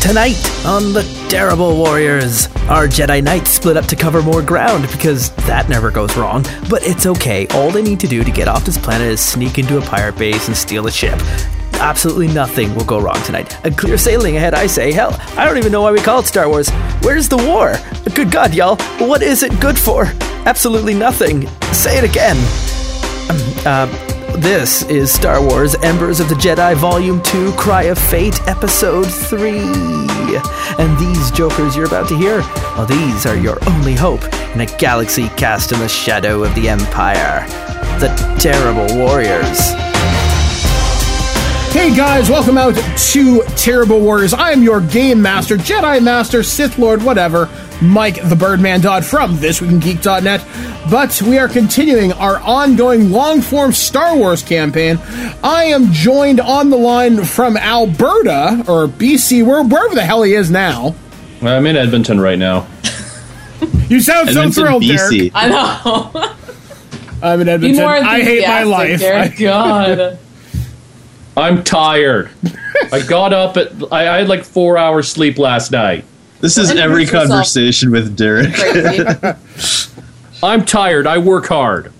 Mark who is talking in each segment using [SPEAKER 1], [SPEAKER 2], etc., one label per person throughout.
[SPEAKER 1] Tonight on The Terrible Warriors, our Jedi Knights split up to cover more ground because that never goes wrong. But it's okay, all they need to do to get off this planet is sneak into a pirate base and steal a ship. Absolutely nothing will go wrong tonight. A clear sailing ahead, I say. Hell, I don't even know why we call it Star Wars. Where's the war? Good God, y'all, what is it good for? Absolutely nothing. Say it again. This is Star Wars Embers of the Jedi Volume 2 Cry of Fate Episode 3. And these jokers you're about to hear, well, these are your only hope in a galaxy cast in the shadow of the Empire. The Terrible Warriors.
[SPEAKER 2] Hey guys, welcome out to Terrible Warriors. I am your game master, Jedi Master, Sith Lord, whatever, Mike the Birdman Dodd from This Week in Geek.net. But we are continuing our ongoing long form Star Wars campaign. I am joined on the line from Alberta, or BC, where, wherever the hell he is now.
[SPEAKER 3] I'm in Edmonton right now.
[SPEAKER 2] You sound so thrilled, Derek.
[SPEAKER 4] I know.
[SPEAKER 2] I'm in
[SPEAKER 4] Be
[SPEAKER 2] Edmonton.
[SPEAKER 4] more
[SPEAKER 2] I hate my
[SPEAKER 4] enthusiastic,
[SPEAKER 2] life.
[SPEAKER 4] Derek. God.
[SPEAKER 3] I'm tired. I got up at I, I had like four hours sleep last night.
[SPEAKER 5] This is
[SPEAKER 4] Well,
[SPEAKER 5] every
[SPEAKER 4] introduce yourself.
[SPEAKER 5] conversation with Derek.
[SPEAKER 4] Crazy.
[SPEAKER 3] I'm tired. I work hard.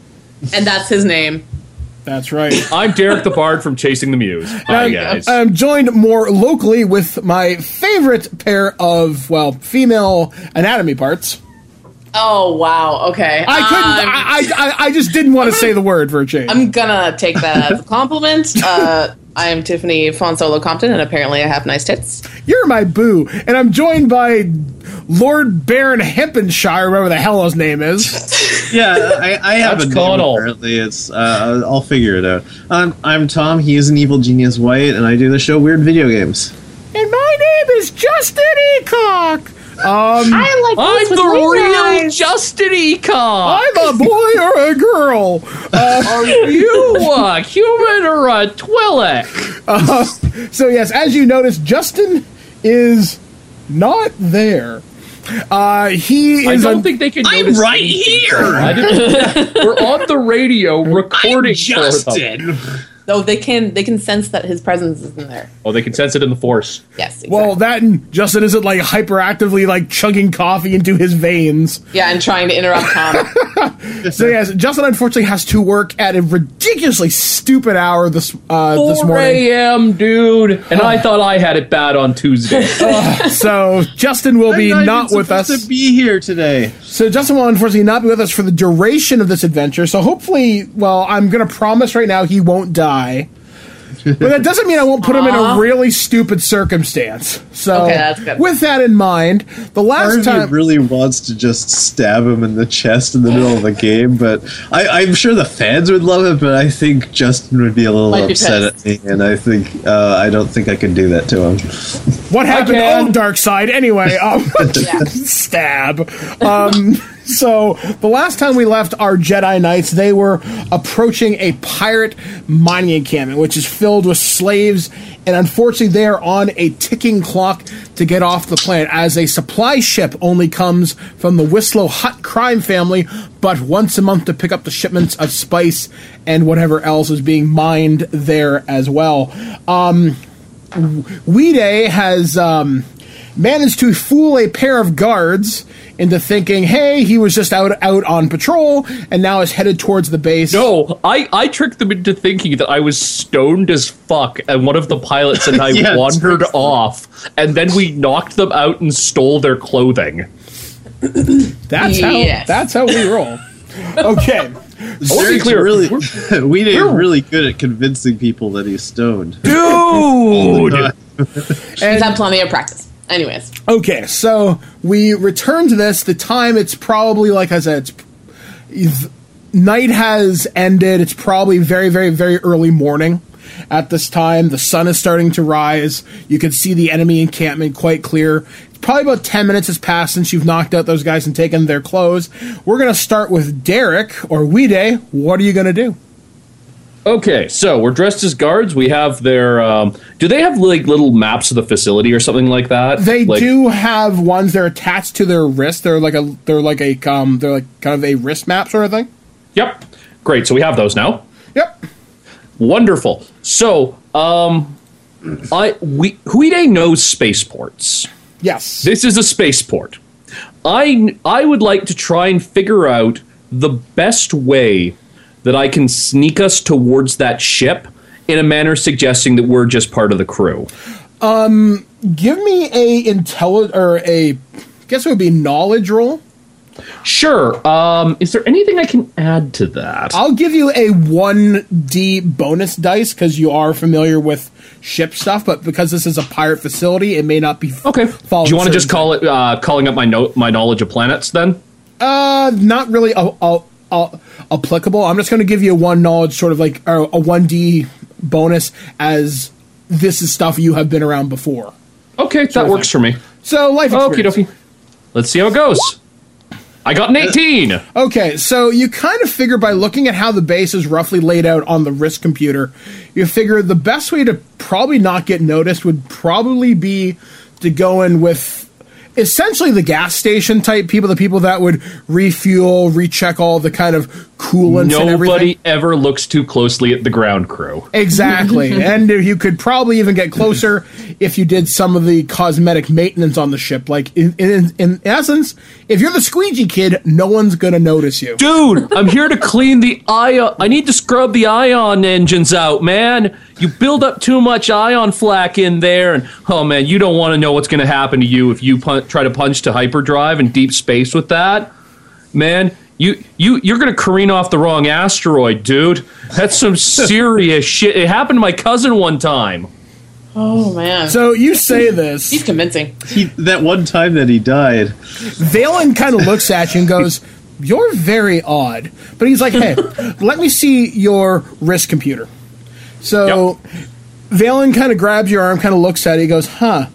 [SPEAKER 4] And that's his name.
[SPEAKER 2] That's right.
[SPEAKER 3] I'm Derek the Bard from Chasing the Muse. Hi
[SPEAKER 2] I'm,
[SPEAKER 3] guys.
[SPEAKER 2] uh, I'm joined more locally with my favorite pair of, well, female anatomy parts.
[SPEAKER 4] Oh, wow. Okay.
[SPEAKER 2] I
[SPEAKER 4] Um,
[SPEAKER 2] couldn't, I, I, I, I just didn't want to say the word for a change.
[SPEAKER 4] I'm gonna take that as a compliment. Uh, I am Tiffany Fonsolo Compton, and apparently I have nice tits.
[SPEAKER 2] You're my boo. And I'm joined by Lord Baron Hempenshire, whatever the hell his name is.
[SPEAKER 5] yeah, I, I have
[SPEAKER 3] That's
[SPEAKER 5] a name,
[SPEAKER 3] Connell.
[SPEAKER 5] apparently. It's uh, I'll figure it out. I'm I'm Tom. He is an evil genius white, and I do the show Weird Video Games.
[SPEAKER 2] And my name is Justin Eacock.
[SPEAKER 4] I like
[SPEAKER 3] I'm the real Justin Econ.
[SPEAKER 2] I'm a boy or a girl. Uh,
[SPEAKER 3] Are you a human or a Twi'lek?
[SPEAKER 2] So yes, as you notice, Justin is not there. Uh, he
[SPEAKER 3] I
[SPEAKER 2] is
[SPEAKER 3] don't
[SPEAKER 2] un-
[SPEAKER 3] think they can notice
[SPEAKER 5] right
[SPEAKER 3] anything.
[SPEAKER 5] here.
[SPEAKER 3] I didn't- We're on the radio recording for them.
[SPEAKER 4] No, they can they can sense that his presence is in there.
[SPEAKER 3] Oh, they can sense it in the force.
[SPEAKER 4] Yes. Exactly.
[SPEAKER 2] well that and Justin isn't like hyperactively like chugging coffee into his veins.
[SPEAKER 4] yeah, and trying to interrupt Tom.
[SPEAKER 2] So yes, Justin unfortunately has to work at a ridiculously stupid hour this uh, this
[SPEAKER 3] 4
[SPEAKER 2] morning.
[SPEAKER 3] a.m., dude. And I thought I had it bad on Tuesday.
[SPEAKER 2] So Justin will be
[SPEAKER 5] I'm
[SPEAKER 2] not
[SPEAKER 5] even
[SPEAKER 2] with us.
[SPEAKER 5] supposed to be here today.
[SPEAKER 2] So Justin will unfortunately not be with us for the duration of this adventure. So hopefully, well, I'm going to promise right now he won't die. But that doesn't mean I won't put him in a really stupid circumstance. So
[SPEAKER 4] Okay, that's good.
[SPEAKER 2] with that in mind, the last
[SPEAKER 5] Harvey
[SPEAKER 2] time
[SPEAKER 5] really wants to just stab him in the chest in the middle of the game, but I, I'm sure the fans would love it. But I think Justin would be a little
[SPEAKER 4] Might be
[SPEAKER 5] upset at me, and I think uh, I don't think I can do that to him.
[SPEAKER 2] what happened
[SPEAKER 3] can.
[SPEAKER 2] on Dark Side anyway. Um,
[SPEAKER 4] Yeah.
[SPEAKER 2] stab. Um, so the last time we left our Jedi Knights, they were approaching a pirate mining encampment, which is filled with slaves, and unfortunately, they are on a ticking clock to get off the planet, as a supply ship only comes from the Whistlow Hut crime family, but once a month to pick up the shipments of spice and whatever else is being mined there as well. Um, Weeday has um, managed to fool a pair of guards into thinking, hey, he was just out out on patrol and now is headed towards the base.
[SPEAKER 3] No, I, I tricked them into thinking that I was stoned as fuck, and one of the pilots and I
[SPEAKER 5] Yeah,
[SPEAKER 3] wandered
[SPEAKER 5] tricks them.
[SPEAKER 3] off, and then we knocked them out and stole their clothing.
[SPEAKER 2] that's how
[SPEAKER 4] Yes.
[SPEAKER 2] that's how we roll. okay.
[SPEAKER 3] wanna be
[SPEAKER 5] Derek's
[SPEAKER 3] clear.
[SPEAKER 5] Really, we did really good at convincing people that he's stoned.
[SPEAKER 3] Dude!
[SPEAKER 4] He's had plenty of practice. Anyways,
[SPEAKER 2] Okay, so we return to this. The time it's probably like I said, it's if- night has ended. It's probably very, very, very early morning. At this time, the sun is starting to rise. You can see the enemy encampment quite clear. It's probably about ten minutes has passed since you've knocked out those guys and taken their clothes. We're gonna start with Derek or Weeday. What are you gonna do?
[SPEAKER 3] okay, so we're dressed as guards. We have their. Um, do they have like little maps of the facility or something like that?
[SPEAKER 2] They
[SPEAKER 3] Like-
[SPEAKER 2] do have ones that are attached to their wrist. They're like a they're like a um they're like kind of a wrist map sort of thing.
[SPEAKER 3] Yep. Great, so we have those now.
[SPEAKER 2] Yep.
[SPEAKER 3] Wonderful. So, um, I we Huide knows spaceports.
[SPEAKER 2] Yes.
[SPEAKER 3] This is a spaceport. I I would like to try and figure out the best way that I can sneak us towards that ship in a manner suggesting that we're just part of the crew.
[SPEAKER 2] Give me a intelli or a guess it would be knowledge roll.
[SPEAKER 3] Sure. Um, is there anything I can add to that?
[SPEAKER 2] I'll give you a 1D bonus dice because you are familiar with ship stuff, but because this is a pirate facility, it may not be. f-
[SPEAKER 3] okay.
[SPEAKER 2] follow
[SPEAKER 3] Do you want
[SPEAKER 2] certain-
[SPEAKER 3] to just call it uh, calling up my note my knowledge of planets then?
[SPEAKER 2] Uh, not really a, a, a, applicable. I'm just going to give you one knowledge, sort of like or a 1D bonus, as this is stuff you have been around before.
[SPEAKER 3] Okay, that works for me.
[SPEAKER 2] So life
[SPEAKER 3] Okie
[SPEAKER 2] experience.
[SPEAKER 3] dokie. Let's see how it goes. I got an 18.
[SPEAKER 2] Okay, so you kind of figure by looking at how the base is roughly laid out on the risk computer, you figure the best way to probably not get noticed would probably be to go in with essentially the gas station type people, the people that would refuel, recheck all the kind of coolants and everything.
[SPEAKER 3] Nobody ever looks too closely at the ground crew.
[SPEAKER 2] Exactly. and you could probably even get closer if you did some of the cosmetic maintenance on the ship. Like, in, in, in essence, if you're the squeegee kid, no one's going to notice you.
[SPEAKER 3] Dude, I'm here to clean the ion. I need to scrub the ion engines out, man. You build up too much ion flack in there, and oh man, you don't want to know what's going to happen to you if you pun- try to punch to hyperdrive in deep space with that, man. You you you're going to careen off the wrong asteroid, dude. That's some serious shit. It happened to my cousin one time.
[SPEAKER 4] Oh man,
[SPEAKER 2] So you say this.
[SPEAKER 4] he's convincing.
[SPEAKER 5] He, that one time that he died.
[SPEAKER 2] Valen kind of looks at you and goes, You're very odd. But he's like, Hey, let me see your wrist computer. So Valen kind of grabs your arm, kind of looks at it, he goes, Huh.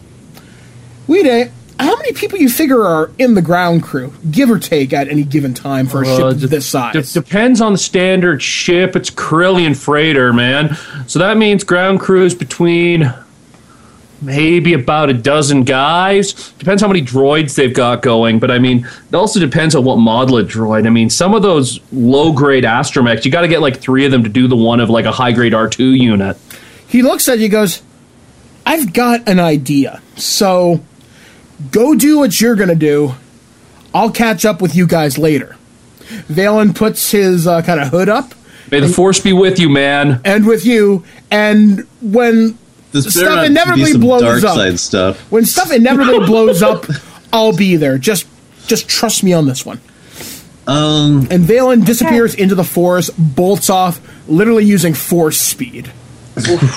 [SPEAKER 2] Weede, how many people you figure are in the ground crew, give or take, at any given time for a
[SPEAKER 3] Uh,
[SPEAKER 2] ship
[SPEAKER 3] de-
[SPEAKER 2] this size?
[SPEAKER 3] de- depends on the standard ship. It's Carillion freighter, man. So that means ground crews between maybe about a dozen guys. Depends how many droids they've got going, but I mean, it also depends on what model of droid. I mean, some of those low grade astromechs, you got to get like three of them to do the one of like a high grade R two unit.
[SPEAKER 2] he looks at you and goes, I've got an idea. So go do what you're going to do. I'll catch up with you guys later. Valen puts his uh, kind of hood up
[SPEAKER 3] May the force be with you, man.
[SPEAKER 2] and with you, and when
[SPEAKER 5] This
[SPEAKER 2] Stuff
[SPEAKER 5] better not be
[SPEAKER 2] inevitably
[SPEAKER 5] some
[SPEAKER 2] blows
[SPEAKER 5] dark
[SPEAKER 2] up.
[SPEAKER 5] side stuff.
[SPEAKER 2] when stuff inevitably blows up, I'll be there. Just just trust me on this one. Um, and Valen disappears into the forest, bolts off, literally using force speed.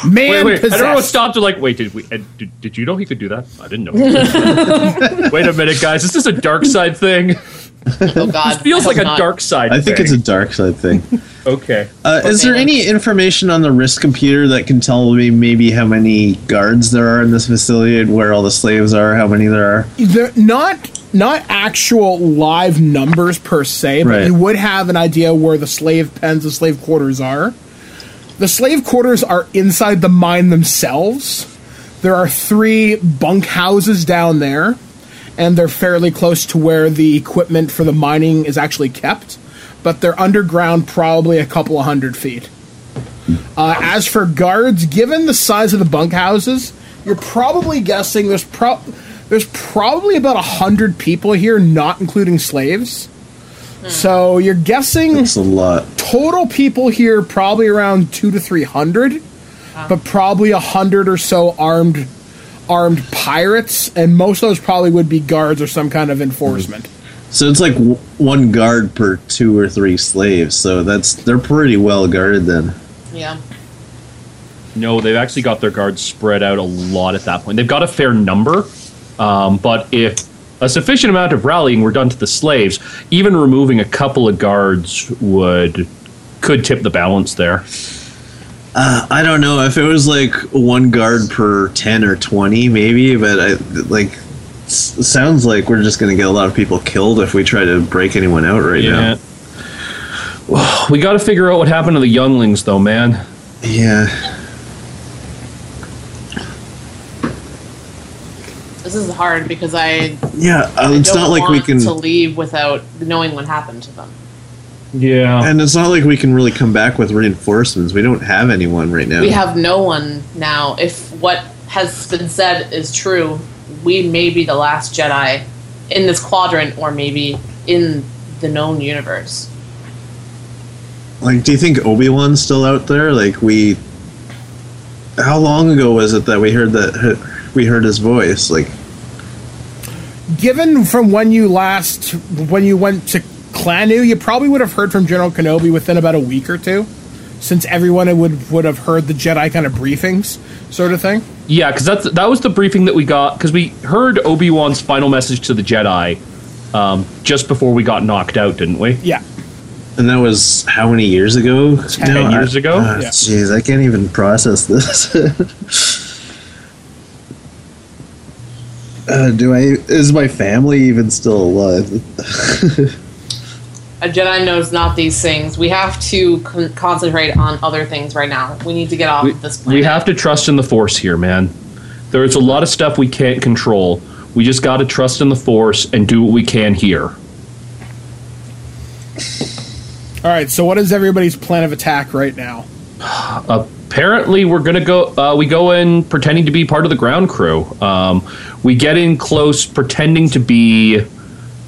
[SPEAKER 2] Man,
[SPEAKER 3] Wait, wait. I don't know.
[SPEAKER 2] possessed.
[SPEAKER 3] Stopped. and Like, wait, did we? uh, Did, did you know he could do that? I didn't know. wait a minute, guys. Is this a dark side thing?
[SPEAKER 4] Oh god,
[SPEAKER 3] feels
[SPEAKER 4] I hope
[SPEAKER 3] like a
[SPEAKER 4] not.
[SPEAKER 3] dark side.
[SPEAKER 5] I think it's a dark side thing.
[SPEAKER 3] okay.
[SPEAKER 5] Uh, is there
[SPEAKER 4] man.
[SPEAKER 5] any information on the risk computer that can tell me maybe how many guards there are in this facility and where all the slaves are, how many there are?
[SPEAKER 2] They're not not actual live numbers per se, but
[SPEAKER 5] Right.
[SPEAKER 2] you would have an idea where the slave pens, the slave quarters are. The slave quarters are inside the mine themselves. There are three bunkhouses down there, and they're fairly close to where the equipment for the mining is actually kept. But they're underground, probably a couple of hundred feet. Uh, as for guards, given the size of the bunkhouses, you're probably guessing there's pro- there's probably about a hundred people here, not including slaves. So you're guessing
[SPEAKER 5] It's a lot.
[SPEAKER 2] total people here probably around two to three hundred, but probably a hundred or so armed armed pirates, and most of those probably would be guards or some kind of enforcement.
[SPEAKER 5] So it's like w- one guard per two or three slaves. So that's they're pretty well guarded then.
[SPEAKER 4] Yeah,
[SPEAKER 3] No, they've actually got their guards spread out a lot at that point. They've got a fair number, um, but if a sufficient amount of rallying were done to the slaves, even removing a couple of guards would could tip the balance there.
[SPEAKER 5] I don't know if it was like one guard per ten or twenty, maybe. But I like s- sounds like we're just going to get a lot of people killed if we try to break anyone out right now.
[SPEAKER 3] Well, We got to figure out what happened to the younglings, though, man.
[SPEAKER 5] Yeah,
[SPEAKER 4] this is hard because I
[SPEAKER 5] yeah. uh, it's
[SPEAKER 4] don't
[SPEAKER 5] not like
[SPEAKER 4] want
[SPEAKER 5] we can,
[SPEAKER 4] to leave without knowing what happened to them.
[SPEAKER 3] Yeah.
[SPEAKER 5] and it's not like we can really come back with reinforcements. We don't have anyone right now.
[SPEAKER 4] We have no one now. If what has been said is true, we may be the last Jedi in this quadrant, or maybe in the known universe.
[SPEAKER 5] Like, do you think Obi Wan's still out there? Like, we. How long ago was it that we heard that we heard his voice? Like,
[SPEAKER 2] Given from when you last when you went to Clanu, you probably would have heard from General Kenobi within about a week or two, since everyone would would have heard the Jedi kind of briefings, sort of thing.
[SPEAKER 3] Yeah, because that's that was the briefing that we got because we heard Obi Wan's final message to the Jedi um, just before we got knocked out, didn't we?
[SPEAKER 2] Yeah.
[SPEAKER 5] and that was how many years ago? Ten
[SPEAKER 3] years ago?
[SPEAKER 2] Yeah.
[SPEAKER 5] Jeez, I can't even process this. uh, do I? Is my family even still alive?
[SPEAKER 4] A Jedi knows not these things. We have to con- concentrate on other things right now. We need to get off
[SPEAKER 3] We,
[SPEAKER 4] this planet.
[SPEAKER 3] we have to trust in the Force here, man. There's a lot of stuff we can't control. We just got to trust in the Force and do what we can here.
[SPEAKER 2] All right. So, what is everybody's plan of attack right now?
[SPEAKER 3] apparently we're gonna go uh, we go in pretending to be part of the ground crew um, we get in close pretending to be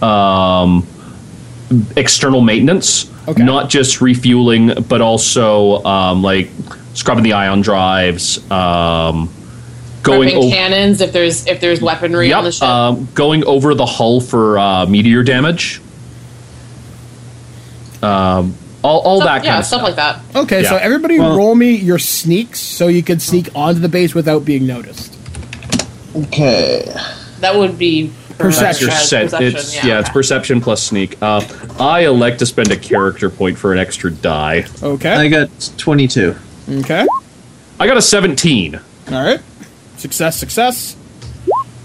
[SPEAKER 3] um, external maintenance
[SPEAKER 2] Okay.
[SPEAKER 3] not just refueling but also um, like scrubbing the ion drives um, going
[SPEAKER 4] Ripping
[SPEAKER 3] over
[SPEAKER 4] cannons if there's if there's weaponry on the ship.
[SPEAKER 3] um, going over the hull for uh, meteor damage um, all, all
[SPEAKER 4] Stuff-
[SPEAKER 3] that kind
[SPEAKER 4] yeah,
[SPEAKER 3] of
[SPEAKER 4] stuff
[SPEAKER 3] stuff
[SPEAKER 4] like that.
[SPEAKER 2] Okay. So,
[SPEAKER 3] Yeah.
[SPEAKER 2] everybody,
[SPEAKER 5] Well-
[SPEAKER 2] roll me your sneaks so you can sneak onto the base without being noticed.
[SPEAKER 5] okay.
[SPEAKER 4] That would be
[SPEAKER 3] That's your
[SPEAKER 2] Perception.
[SPEAKER 4] as
[SPEAKER 3] set.
[SPEAKER 4] perception,
[SPEAKER 3] It's yeah, it's perception plus sneak. Uh, I elect to spend a character point for an extra die.
[SPEAKER 5] I
[SPEAKER 2] Okay.
[SPEAKER 5] got twenty-two.
[SPEAKER 2] Okay.
[SPEAKER 3] I got a seventeen.
[SPEAKER 2] All right. Success. Success.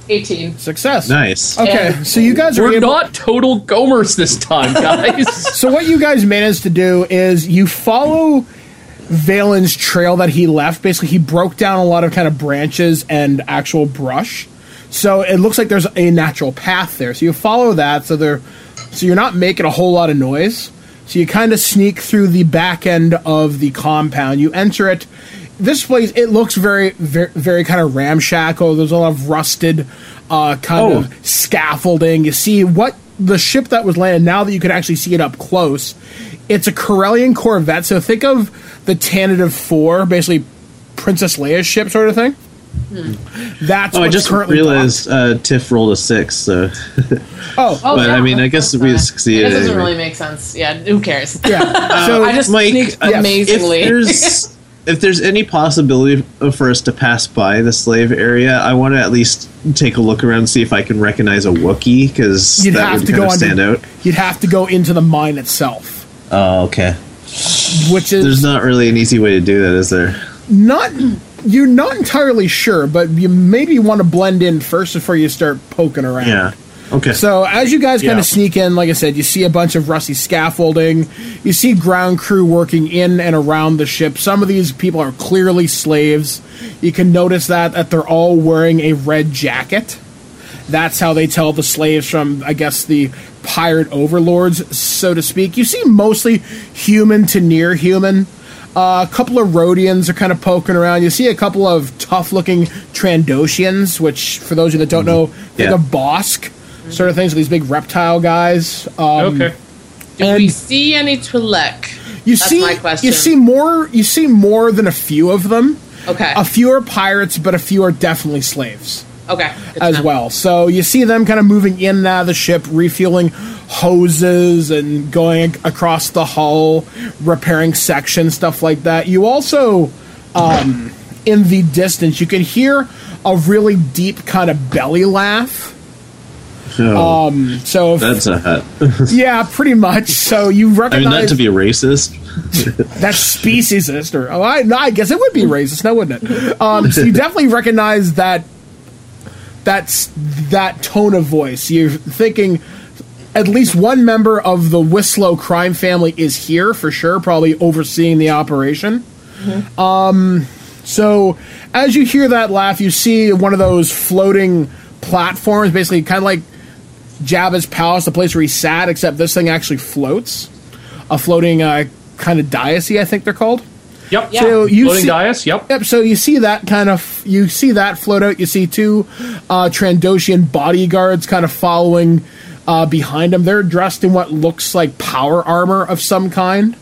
[SPEAKER 4] 18.
[SPEAKER 2] Success.
[SPEAKER 5] Nice.
[SPEAKER 2] Okay.
[SPEAKER 4] Yeah.
[SPEAKER 2] So you guys are
[SPEAKER 3] We're
[SPEAKER 2] able-
[SPEAKER 3] not total gomers this time, guys.
[SPEAKER 2] So what you guys managed to do is you follow Valen's trail that he left. Basically, he broke down a lot of kind of branches and actual brush. So it looks like there's a natural path there. So you follow that. So there, so you're not making a whole lot of noise. So you kind of sneak through the back end of the compound. You enter it. This place it looks very, very, very kind of ramshackle. There's a lot of rusted uh, kind
[SPEAKER 5] Oh.
[SPEAKER 2] of scaffolding. You see what the ship that was landed, now that you can actually see it up close, it's a Corellian Corvette. So think of the Tanative 4, basically Princess Leia's ship sort of thing. That's
[SPEAKER 5] Oh, I
[SPEAKER 2] what's
[SPEAKER 5] just
[SPEAKER 2] currently
[SPEAKER 5] realized uh, Tiff rolled a six, so
[SPEAKER 2] docked. Oh,
[SPEAKER 4] Oh,
[SPEAKER 5] But, I mean, I
[SPEAKER 4] that's-
[SPEAKER 5] guess
[SPEAKER 4] that's
[SPEAKER 5] we
[SPEAKER 4] fine.
[SPEAKER 5] succeeded
[SPEAKER 4] It doesn't
[SPEAKER 5] anyway.
[SPEAKER 4] really make sense. Yeah, who cares? Um,
[SPEAKER 2] yeah. So um,
[SPEAKER 4] I just
[SPEAKER 5] Mike,
[SPEAKER 4] sneaked
[SPEAKER 5] uh,
[SPEAKER 4] amazingly.
[SPEAKER 5] If there's if there's any possibility for us to pass by the slave area, I want to at least take a look around, see if I can recognize a Wookiee, because
[SPEAKER 2] you'd
[SPEAKER 5] that
[SPEAKER 2] have
[SPEAKER 5] would
[SPEAKER 2] to
[SPEAKER 5] kind
[SPEAKER 2] go
[SPEAKER 5] of stand
[SPEAKER 2] under,
[SPEAKER 5] out.
[SPEAKER 2] You'd have to go into the mine itself,
[SPEAKER 5] Oh, okay.
[SPEAKER 2] which is
[SPEAKER 5] There's not really an easy way to do that, is there?
[SPEAKER 2] not you're not entirely sure, but you maybe want to blend in first before you start poking around.
[SPEAKER 5] Yeah. Okay.
[SPEAKER 2] So as you guys kind
[SPEAKER 3] Yeah.
[SPEAKER 2] of sneak in, like I said, you see a bunch of rusty scaffolding. You see ground crew working in and around the ship. Some of these people are clearly slaves. You can notice that that they're all wearing a red jacket. That's how they tell the slaves from, I guess, the pirate overlords, so to speak. You see mostly human to near human. Uh, a couple of Rhodians are kind of poking around. You see a couple of tough-looking Trandoshians, which, for those of you that don't know, think
[SPEAKER 5] Yeah.
[SPEAKER 2] of Bosk, sort of things. These big reptile guys. Um,
[SPEAKER 3] okay.
[SPEAKER 4] Do we see any Twi'lek?
[SPEAKER 2] You
[SPEAKER 4] That's
[SPEAKER 2] see,
[SPEAKER 4] my question.
[SPEAKER 2] you see more. You see more than a few of them.
[SPEAKER 4] Okay.
[SPEAKER 2] A few are pirates, but a few are definitely slaves.
[SPEAKER 4] okay. Good to
[SPEAKER 2] as
[SPEAKER 4] know.
[SPEAKER 2] well. So you see them kind of moving in and out of the ship, refueling hoses and going ac- across the hull, repairing sections, stuff like that. You also, um, in the distance, you can hear a really deep kind of belly laugh. uh,
[SPEAKER 5] Oh,
[SPEAKER 2] So if-
[SPEAKER 5] that's a hut.
[SPEAKER 2] yeah, pretty much. So you
[SPEAKER 5] I mean,
[SPEAKER 2] recognize
[SPEAKER 5] not to be rracist.
[SPEAKER 2] that's speciesist, or oh, I, no, I guess it would be racist, now wouldn't it? Um, so you definitely recognize that that's that tone of voice. You're thinking at least one member of the Whistlow crime family is here for sure, probably overseeing the operation. Um, so as you hear that laugh, you see one of those floating platforms, basically kind of like Jabba's palace, the place where he sat, except this thing actually floats a floating uh, kind of diocese, I think they're called.
[SPEAKER 3] Yep.
[SPEAKER 4] Yeah.
[SPEAKER 2] So you
[SPEAKER 3] Floating
[SPEAKER 2] see-
[SPEAKER 3] dais. Yep.
[SPEAKER 2] Yep. So you see that kind of you see that float out. You see two uh, Trandoshan bodyguards kind of following uh, behind them. They're dressed in what looks like power armor of some kind,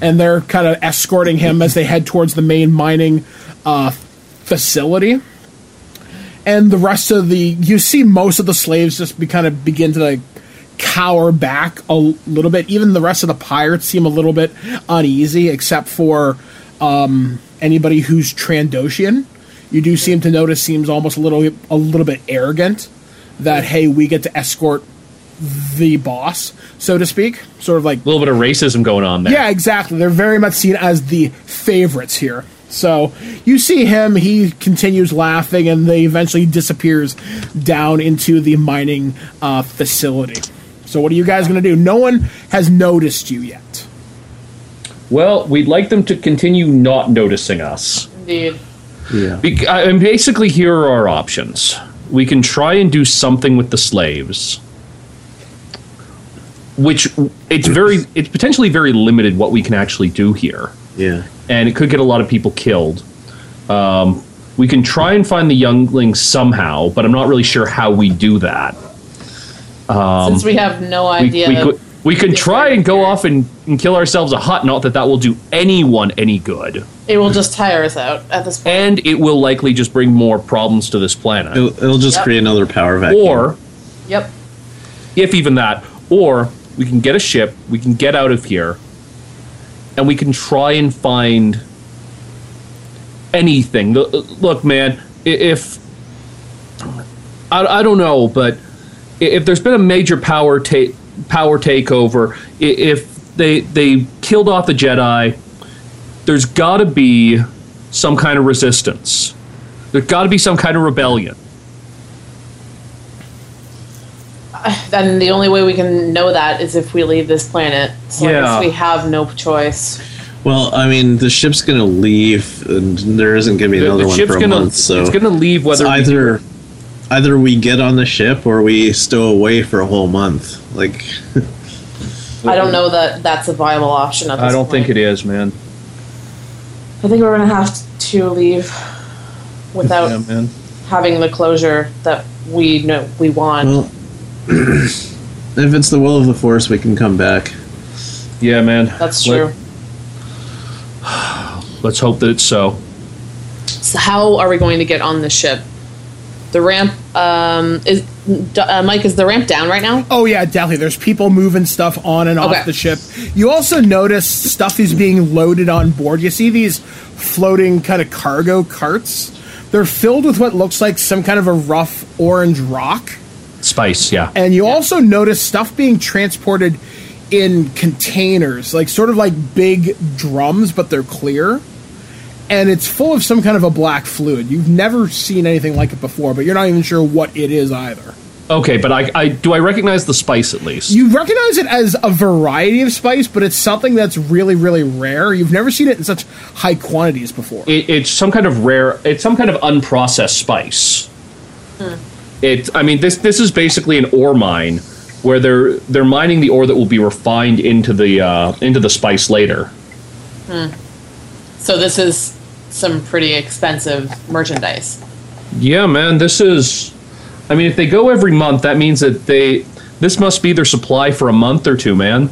[SPEAKER 2] and they're kind of escorting him as they head towards the main mining uh, facility. And the rest of the you see most of the slaves just be kind of begin to like cower back a little bit. Even the rest of the pirates seem a little bit uneasy, except for anybody who's Trandoshan. You do seem to notice seems almost a little a little bit arrogant that hey we get to escort the boss so to speak sort of like
[SPEAKER 3] A little bit of racism going on there.
[SPEAKER 2] yeah exactly they're very much seen as the favorites here so you see him he continues laughing and they eventually disappears down into the mining uh, facility so what are you guys going to do no one has noticed you yet
[SPEAKER 3] Well, we'd like them to continue not noticing us.
[SPEAKER 4] Indeed.
[SPEAKER 5] Yeah.
[SPEAKER 3] Be- I- and basically, here are our options. We can try and do something with the slaves, which it's very, it's potentially very limited what we can actually do here,
[SPEAKER 5] Yeah.
[SPEAKER 3] and it could get a lot of people killed. Um, we can try and find the younglings somehow, but I'm not really sure how we do that.
[SPEAKER 4] Since we have no
[SPEAKER 3] Um, We,
[SPEAKER 4] idea.
[SPEAKER 3] we, could, we can try and go off and, and kill ourselves a hut. Not that that will do anyone any good,
[SPEAKER 4] it will just tire us out at this point.
[SPEAKER 3] and it will likely just bring more problems to this planet.
[SPEAKER 5] It'll, it'll just
[SPEAKER 4] Yep.
[SPEAKER 5] create another power vacuum.
[SPEAKER 3] or
[SPEAKER 4] Yep.
[SPEAKER 3] if even that, or we can get a ship, we can get out of here, and we can try and find anything. L- uh, Look, man, i- if I, I don't know, but i- if there's been a major power ta- power takeover, i- if they they killed off the Jedi, there's got to be some kind of resistance. There's got to be some kind of rebellion.
[SPEAKER 4] Then the only way we can know that is if we leave this planet. So I guess
[SPEAKER 3] Yeah.
[SPEAKER 4] we have no choice.
[SPEAKER 5] well, I mean, the ship's gonna leave, and there isn't gonna be
[SPEAKER 3] The-
[SPEAKER 5] another
[SPEAKER 3] the
[SPEAKER 5] one
[SPEAKER 3] ship's
[SPEAKER 5] for a
[SPEAKER 3] gonna
[SPEAKER 5] month. So
[SPEAKER 3] it's gonna leave
[SPEAKER 5] It's
[SPEAKER 3] whether we-
[SPEAKER 5] either either we get on the ship or we stow away for a whole month. Like,
[SPEAKER 4] I don't know that that's a viable option at this
[SPEAKER 3] I don't think it is, man.
[SPEAKER 4] I think we're going to have to leave without
[SPEAKER 5] man.
[SPEAKER 4] having the closure that we know we want.
[SPEAKER 5] Well, if it's the will of the force, we can come back.
[SPEAKER 3] Yeah, man.
[SPEAKER 4] that's
[SPEAKER 3] Let-
[SPEAKER 4] true.
[SPEAKER 3] Let's hope that it's so.
[SPEAKER 4] So how are we going to get on the ship? The ramp um, is d- uh, Mike. Is the ramp down right now?
[SPEAKER 2] Oh yeah, definitely. There's people moving stuff on and off
[SPEAKER 4] Okay.
[SPEAKER 2] the ship. You also notice stuff is being loaded on board. You see these floating kind of cargo carts. They're filled with what looks like some kind of a rough orange rock.
[SPEAKER 3] Spice, yeah.
[SPEAKER 2] And you also notice stuff being transported in containers, like sort of like big drums, but they're clear. And it's full of some kind of a black fluid. You've never seen anything like it before, but you're not even sure what it is either.
[SPEAKER 3] Okay, but I, I do I recognize the spice at least.
[SPEAKER 2] You recognize it as a variety of spice, but it's something that's really, really rare. You've never seen it in such high quantities before.
[SPEAKER 3] it, it's some kind of rare. It's some kind of unprocessed spice.
[SPEAKER 4] Hmm.
[SPEAKER 3] It. I mean this this is basically an ore mine where they're they're mining the ore that will be refined into the uh, into the spice later.
[SPEAKER 4] So this is some pretty expensive merchandise.
[SPEAKER 3] Yeah, man. This is. I mean, if they go every month, that means that they. This must be their supply for a month or two, man.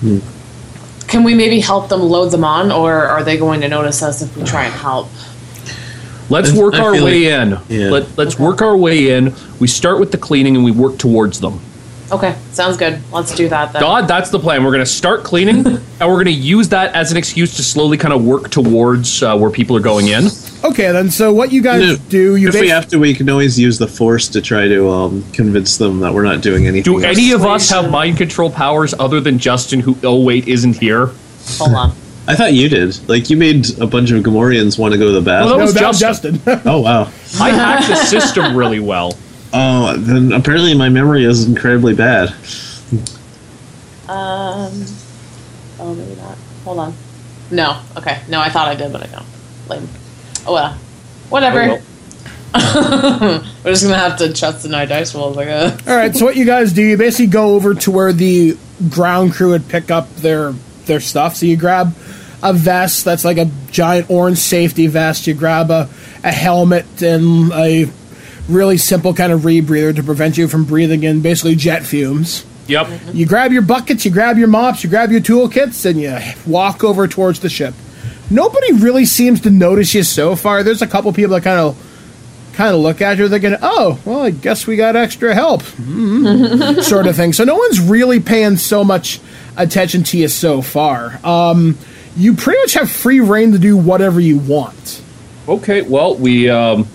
[SPEAKER 4] Can we maybe help them load them on, or are they going to notice us if we try and help?
[SPEAKER 3] Let's
[SPEAKER 5] I-
[SPEAKER 3] work
[SPEAKER 5] I
[SPEAKER 3] our
[SPEAKER 5] feel
[SPEAKER 3] way in.
[SPEAKER 5] Yeah.
[SPEAKER 3] Let, let's work our way in. We start with the cleaning and we work towards them.
[SPEAKER 4] Okay, sounds good. Let's do that then.
[SPEAKER 3] God, that's the plan. We're going to start cleaning and we're going to use that as an excuse to slowly kind of work towards uh, where people are going in.
[SPEAKER 2] Okay, then. So what you guys
[SPEAKER 5] No,
[SPEAKER 2] do? You
[SPEAKER 5] if we
[SPEAKER 2] basi-
[SPEAKER 5] have to, we can always use the force to try to um, convince them that we're not doing anything.
[SPEAKER 3] Do
[SPEAKER 5] else.
[SPEAKER 3] any of us have mind control powers other than Justin, who, oh, wait, isn't here?
[SPEAKER 4] Hold on.
[SPEAKER 5] I thought you did. Like, you made a bunch of Gamorreans want to go to the
[SPEAKER 3] Well,
[SPEAKER 5] bathroom.
[SPEAKER 3] Oh, that
[SPEAKER 2] no,
[SPEAKER 3] was
[SPEAKER 2] that-
[SPEAKER 3] Justin.
[SPEAKER 2] Justin.
[SPEAKER 5] oh wow.
[SPEAKER 3] I hacked the system really well.
[SPEAKER 5] Oh, then apparently my memory is incredibly bad.
[SPEAKER 4] Um, oh, maybe not. Hold on. No. Okay. No, I thought I did, but I don't. Lame. Oh well. Whatever.
[SPEAKER 3] Oh, well.
[SPEAKER 4] We're just gonna have to trust in our dice rolls, I guess.
[SPEAKER 2] All right. So what you guys do? You basically go over to where the ground crew would pick up their their stuff. So you grab a vest that's like a giant orange safety vest. You grab a, a helmet and a really simple kind of rebreather to prevent you from breathing in basically jet fumes.
[SPEAKER 3] Yep.
[SPEAKER 2] You grab your buckets, you grab your mops, you grab your toolkits, and you walk over towards the ship. Nobody really seems to notice you so far. There's a couple people that kind of kind of look at you thinking, "Oh, well, I guess we got extra help," mm sort of thing. So no one's really paying so much attention to you so far. Um, you pretty much have free reign to do whatever you want.
[SPEAKER 3] Okay. Well, we. Um,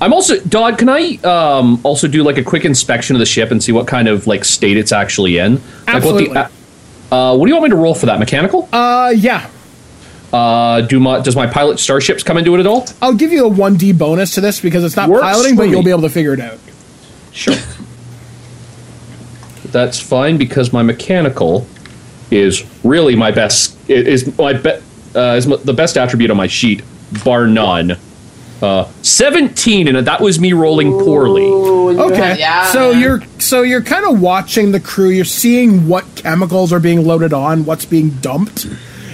[SPEAKER 3] I'm also Dodd. Can I um, also do like a quick inspection of the ship and see what kind of like state it's actually in?
[SPEAKER 2] Absolutely.
[SPEAKER 3] Like what the, uh, what do you want me to roll for that? Mechanical?
[SPEAKER 2] Uh, yeah,
[SPEAKER 3] Uh, do my does my pilot starships come into it at all?
[SPEAKER 2] I'll give you a one D bonus to this because it's not
[SPEAKER 3] Works
[SPEAKER 2] piloting, but
[SPEAKER 3] for
[SPEAKER 2] you'll
[SPEAKER 3] me.
[SPEAKER 2] be able to figure it out.
[SPEAKER 3] Sure. That's fine because my mechanical is really my best. i- Is my be, uh, is m- the best attribute on my sheet, bar none. Uh, Seventeen, and that was me rolling poorly.
[SPEAKER 4] Ooh, you
[SPEAKER 2] Okay.
[SPEAKER 4] have- yeah.
[SPEAKER 2] So you're so you're kind of watching the crew. You're seeing what chemicals are being loaded on, what's being dumped,